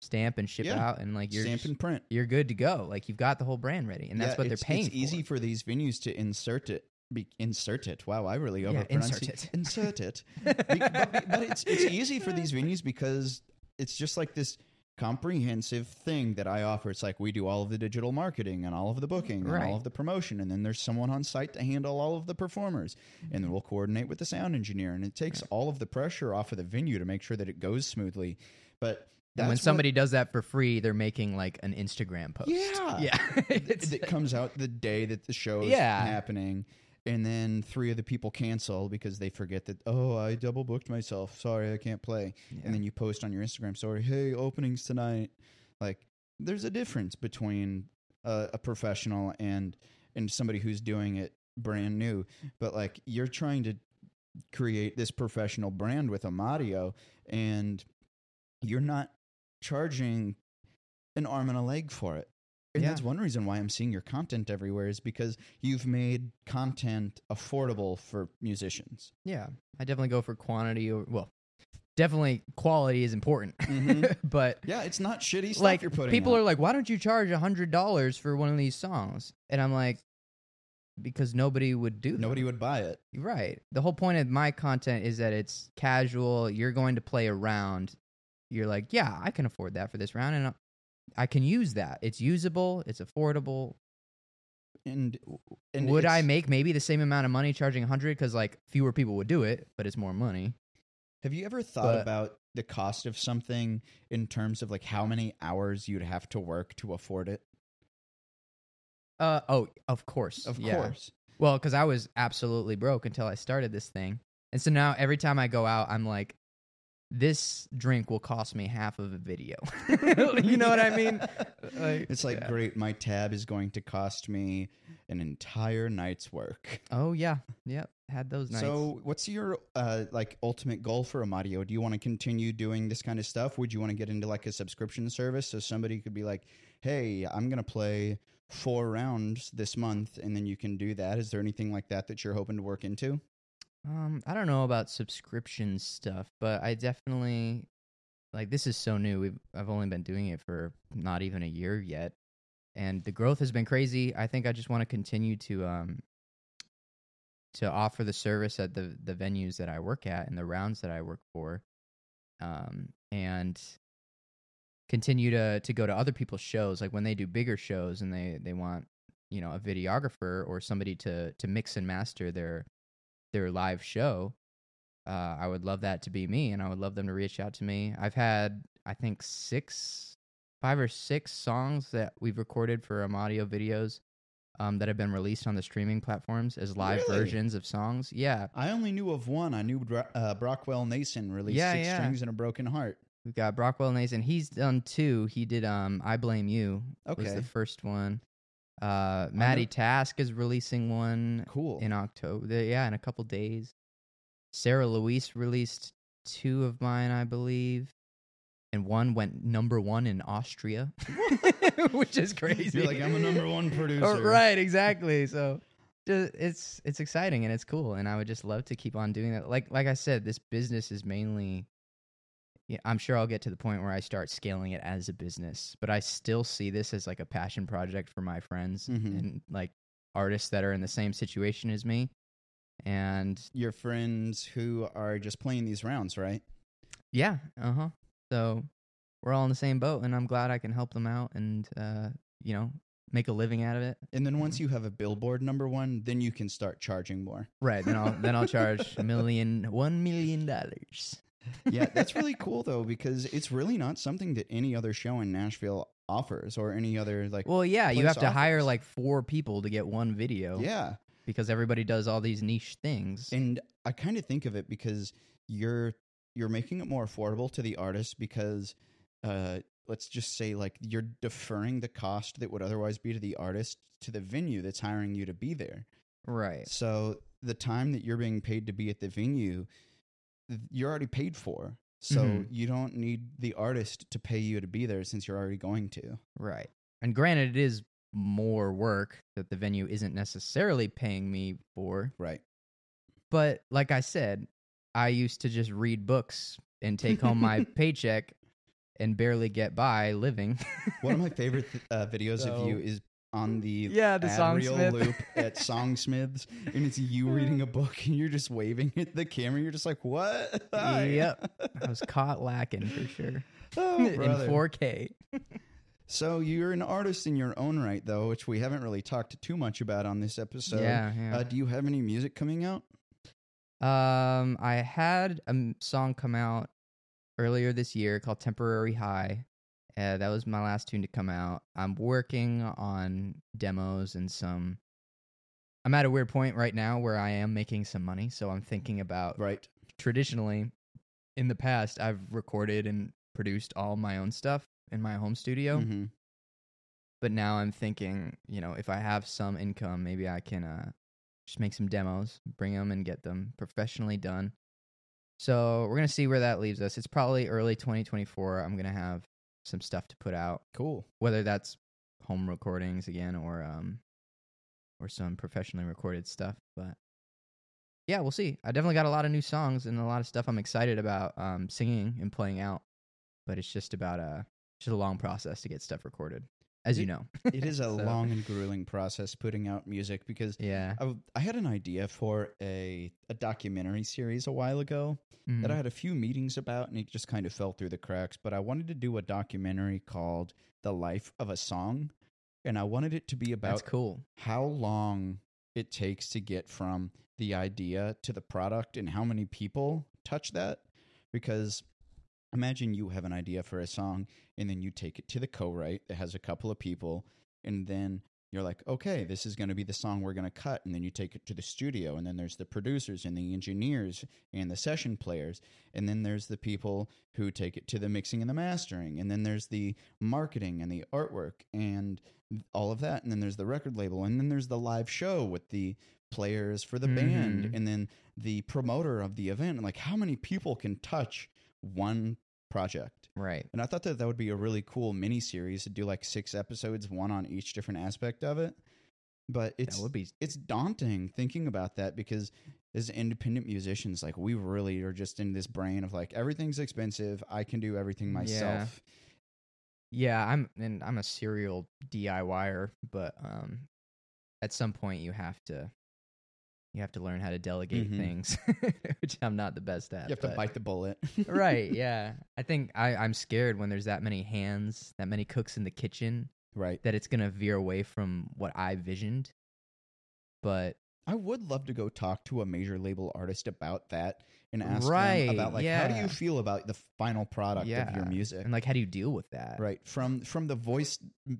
stamp and ship Yeah. out, and like you're stamp just- and print, you're good to go. Like you've got the whole brand ready, and that's Yeah, what they're it's- paying. It's easy for. for these venues to insert it. Be, insert it. Wow, I really Yeah, overpronounced insert it. Insert it. (laughs) Be- but, be- but it's (laughs) it's easy for these venues because it's just like this comprehensive thing that I offer. It's like we do all of the digital marketing and all of the booking and Right. all of the promotion, and then there's someone on site to handle all of the performers, and then we'll coordinate with the sound engineer, and it takes all of the pressure off of the venue to make sure that it goes smoothly. But And when that's what- somebody does that for free, they're making like an Instagram post. Yeah. (laughs) yeah, (laughs) th- It's- that comes out the day that the show is Yeah. happening and then three of the people cancel because they forget that oh i double booked myself sorry i can't play Yeah. and then you post on your instagram story hey openings tonight like there's a difference between uh, a professional and and somebody who's doing it brand new but like you're trying to create this professional brand with Amadio and you're not charging an arm and a leg for it. And Yeah. that's one reason why I'm seeing your content everywhere is because you've made content affordable for musicians. yeah. I definitely go for quantity. Or, well, definitely quality is important, Mhm. (laughs) but Yeah, it's not shitty stuff like you're putting people out. are like, why don't you charge a hundred dollars for one of these songs? And I'm like, because nobody would do. nobody would buy it. Them. Right. The whole point of my content is that it's casual. You're going to play around. You're like, yeah, I can afford that for this round, and I- I can use that. It's usable. It's affordable. And, and would I it's- make maybe the same amount of money charging 100 cuz like fewer people would do it, but it's more money. Have you ever thought But- about the cost of something in terms of like how many hours you'd have to work to afford it? Uh oh, of course. Of yeah. course. Well, cuz I was absolutely broke until I started this thing. And so now every time I go out, I'm like this drink will cost me half of a video. (laughs) you know what I (laughs) mean? Like, It's like yeah. great, my tab is going to cost me an entire night's work. Oh yeah. Yep. Had those nights. So, what's your uh, like ultimate goal for Amadio? Do you want to continue doing this kind of stuff? Would you want to get into like a subscription service so somebody could be like, "Hey, I'm going to play four rounds this month," and then you can do that? Is there anything like that that you're hoping to work into? Um, I don't know about subscription stuff, but I definitely like this is so new. We've I've only been doing it for not even a year yet, and the growth has been crazy. I think I just want to continue to um to offer the service at the the venues that I work at and the rounds that I work for, um, and continue to to go to other people's shows. Like when they do bigger shows and they they want you know a videographer or somebody to to mix and master their their live show, uh, I would love that to be me, and I would love them to reach out to me. I've had, I think, six, five or six songs that we've recorded for um, audio videos um, that have been released on the streaming platforms as live Really? versions of songs. Yeah, I only knew of one. I knew Bra- uh, Brockwell Nason released Yeah, Six yeah. Strings and a Broken Heart. we've got Brockwell Nason. He's done two. He did um, "I Blame You" was Okay. the first one. Uh, Maddie Task is releasing one Cool. in October. Yeah, in a couple days. Sarah Luis released two of mine, I believe. And one went number one in Austria, (laughs) which is crazy. (laughs) You're like, I'm a number one producer. (laughs) Oh, right, exactly. So ju- it's it's exciting and it's cool, and I would just love to keep on doing that. Like like I said, this business is mainly. Yeah, I'm sure I'll get to the point where I start scaling it as a business, but I still see this as like a passion project for my friends Mhm. and like artists that are in the same situation as me. And Your friends who are just playing these rounds, right? yeah, uh huh. So we're all in the same boat, and I'm glad I can help them out and uh, you know make a living out of it. And then Mm-hmm. once you have a billboard number one, then you can start charging (laughs) more. Right. Then I'll then I'll charge a million one million dollars. Yeah, that's really cool though because it's really not something that any other show in Nashville offers or any other like. Well, yeah, you Place have to hire offers. like four people to get one video. yeah, Because everybody does all these niche things. and I kind of think of it because you're you're making it more affordable to the artist because uh, let's just say like you're deferring the cost that would otherwise be to the artist to the venue that's hiring you to be there. right. So the time that you're being paid to be at the venue, th- you're already paid for. So Mhm. you don't need the artist to pay you to be there since you're already going to. Right. And granted, it is more work that the venue isn't necessarily paying me for. Right. But like I said, I used to just read books and take home (laughs) my paycheck and barely get by living. One of my favorite th- uh, videos of you So- is on the yeah, ad reel (laughs) loop at Songsmiths, and it's you reading a book and you're just waving at the camera. You're just like, what? (laughs) Hi." Yep. I was caught lacking for sure. (laughs) oh, in brother. 4K. so you're an artist in your own right, though, which we haven't really talked too much about on this episode. yeah, Uh, yeah. do you have any music coming out? um, I had a m- song come out earlier this year called "Temporary High." Uh, that was my last tune to come out. I'm working on demos and some. I'm at a weird point right now where I am making some money, so I'm thinking about Right. traditionally in the past I've recorded and produced all my own stuff in my home studio. Mhm. but now I'm thinking, you know, if I have some income, maybe I can uh, just make some demos, bring them and get them professionally done. So we're gonna see where that leaves us. It's probably early 2024. I'm gonna have some stuff to put out, Cool. (laughs) whether that's home recordings again or um or some professionally recorded stuff. But yeah, we'll see. I definitely got a lot of new songs and a lot of stuff I'm excited about um, singing and playing out. But it's just about a just a long process to get stuff recorded, as you It- know. It is a So- long and grueling process putting out music because Yeah. I, w- I had an idea for a, a documentary series a while ago Mhm. that I had a few meetings about and it just kind of fell through the cracks. But I wanted to do a documentary called The Life of a Song. And I wanted it to be about That's cool. how long it takes to get from the idea to the product and how many people touch that because imagine you have an idea for a song and then you take it to the co-write that has a couple of people and then you're like okay this is going to be the song we're going to cut and then you take it to the studio and then there's the producers and the engineers and the session players and then there's the people who take it to the mixing and the mastering and then there's the marketing and the artwork and all of that and then there's the record label and then there's the live show with the players for the band Mhm. and then the promoter of the event and like how many people can touch one project Right. and i thought that that would be a really cool mini series to do like six episodes one on each different aspect of it but it's that would be it's daunting thinking about that because as independent musicians like we really are just in this brain of like everything's expensive i can do everything Yeah. myself Yeah, I'm and I'm a serial DIYer, but um at some point you have to you have to learn how to delegate Mhm. things, (laughs) which I'm not the best at. you have to but- bite the bullet (laughs) right, yeah. I think I, I'm scared when there's that many hands, that many cooks in the kitchen, right that it's gonna veer away from what I visioned. But I would love to go talk to a major label artist about that and ask Right, them about like how do yeah. you feel about the final product of your Yeah, music? and like how do you deal with that? right. From from the voice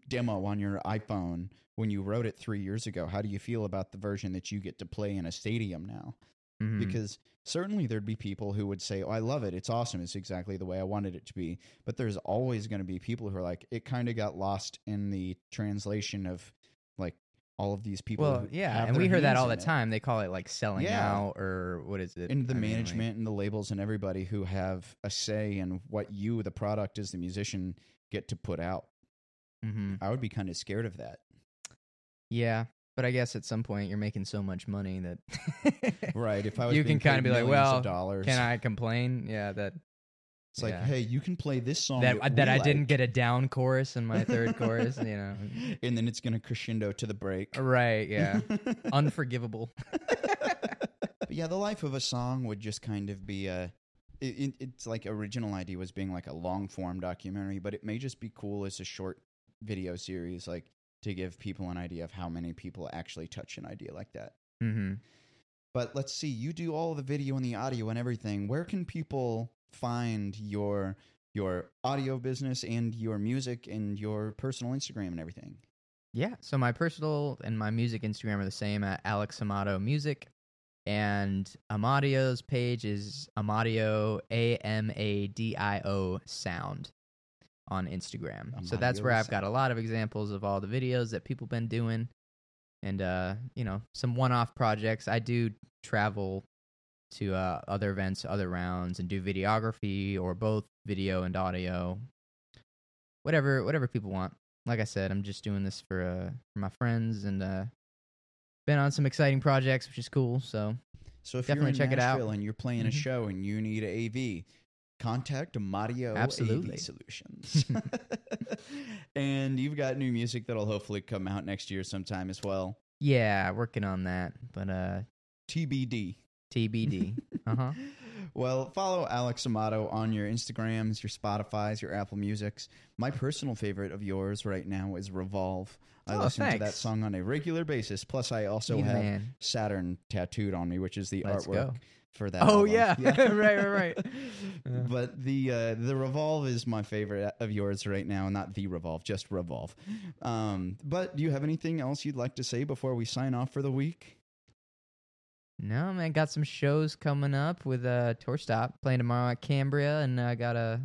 demo on your iPhone when you wrote it 3 years ago, how do you feel about the version that you get to play in a stadium now? Mhm. Because certainly there'd be people who would say, "Oh, I love it. It's awesome. It's exactly the way I wanted it to be." But there's always going to be people who are like, "It kind of got lost in the translation of like all of these people. Well, who yeah, have and their we hear that hands all in the it. time. They call it like selling Yeah. out or what is it? And the I mean, like- management and the labels and everybody who have a say in what you, the product, as the musician, get to put out. Mhm. I would be kind of scared of that. Yeah, but I guess at some point you're making so much money that (laughs) Right. If I was You can being paid kinda be like, millions well, of dollars, can I complain? Yeah, that It's like, yeah. hey, you can play this song that that, that we I didn't like." get a down chorus in my third chorus. (laughs) You know, and then it's gonna crescendo to the break. (laughs) right? Yeah, unforgivable. But yeah, the life of a song would just kind of be a. It, it, it's like original idea was being like a long form documentary, but it may just be cool as a short video series, like to give people an idea of how many people actually touch an idea like that. hmm But let's see, you do all the video and the audio and everything. Where can people find your your audio business and your music and your personal Instagram and everything? Yeah. So my personal and my music Instagram are the same at Alex Amato Music. And Amadio's page is Amadio A M A D I O sound on Instagram. so that's where Amadio I've got a lot of examples of all the videos that people been doing and uh, you know, some one off projects. I do travel to uh, other events, other rounds and do videography or both video and audio. Whatever whatever people want like I said, I'm just doing this for uh for my friends and uh been on some exciting projects, which is cool. So So if Definitely you're in check it out. Nashville and you're playing a Mhm. show and you need AV, contact Amadio Absolutely. AV Solutions. (laughs) and you've got new music that'll hopefully come out next year sometime as well. yeah, working on that. But uh TBD. (laughs) TBD. uh huh. Well, follow Alex Amato on your Instagrams, your Spotify's, your Apple Musics. My personal favorite of yours right now is Revolve. I Oh, listen to that thanks. song on a regular basis. Plus, I also You have man. Saturn tattooed on me, which is the Let's artwork go. for that. Oh album. yeah. (laughs) right, right, right. Yeah. (laughs) But the uh, the revolve is my favorite of yours right now. Not the revolve, just revolve. Um, but do you have anything else you'd like to say before we sign off for the week? No man, got some shows coming up with uh tour stop playing tomorrow at Cambria and I got a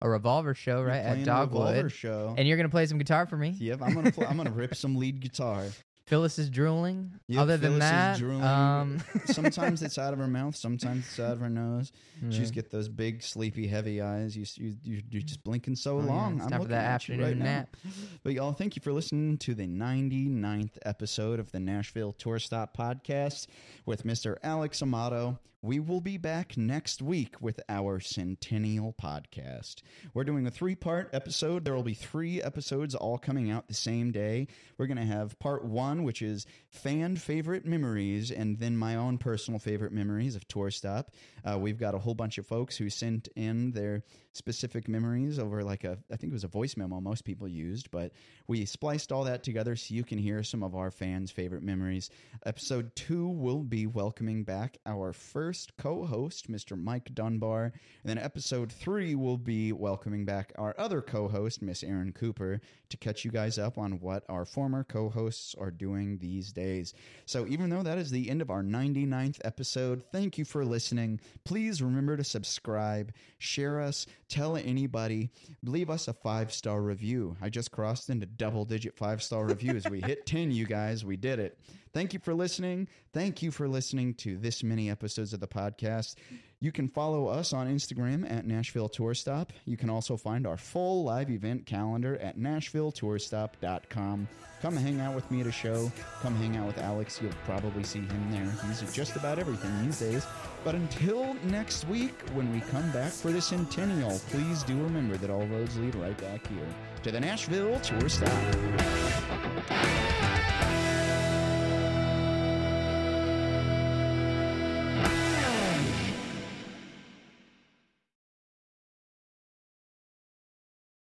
a revolver show, You're right? playing At a Revolver Dogwood. show. And you're gonna play some guitar for me. yep, I'm gonna play, I'm gonna rip some lead guitar. Phyllis is drooling. Yep, Other than Phyllis is that, drooling. um, (laughs) Sometimes it's out of her mouth, sometimes it's out of her nose. She yeah. just get those big sleepy heavy eyes. You you you- you're just blinking so Oh, yeah, long. it's I'm time for looking that at you right afternoon now. nap. (laughs) But y'all, thank you for listening to the 99th episode of the Nashville Tour Stop Podcast with Mr. Alex Amato. We will be back next week with our centennial podcast. We're doing a three part episode. There will be three episodes all coming out the same day. We're going to have part one, which is fan favorite memories, and then my own personal favorite memories of Tour Stop. Uh, we've got a whole bunch of folks who sent in their specific memories over like a I think it was a voice memo most people used, but we spliced all that together so you can hear some of our fans' favorite memories. Episode 2 will be welcoming back our first co-host, Mr. Mike Dunbar, and then episode 3 will be welcoming back our other co-host, Miss Erin Cooper, to catch you guys up on what our former co-hosts are doing these days. So even though that is the end of our 99th episode, thank you for listening. Please remember to subscribe, share us, tell anybody, leave us a five star review. I just crossed into double digit five star reviews. we hit 10, you guys. We did it. Thank you for listening. Thank you for listening to this many episodes of the podcast. You can follow us on Instagram at Nashville Tour Stop. You can also find our full live event calendar at NashvilleTourStop.com. Come hang out with me at a show. Come hang out with Alex. You'll probably see him there. He's at just about everything these days. But until next week, when we come back for the centennial, please do remember that all roads lead right back here to the Nashville Tour Stop.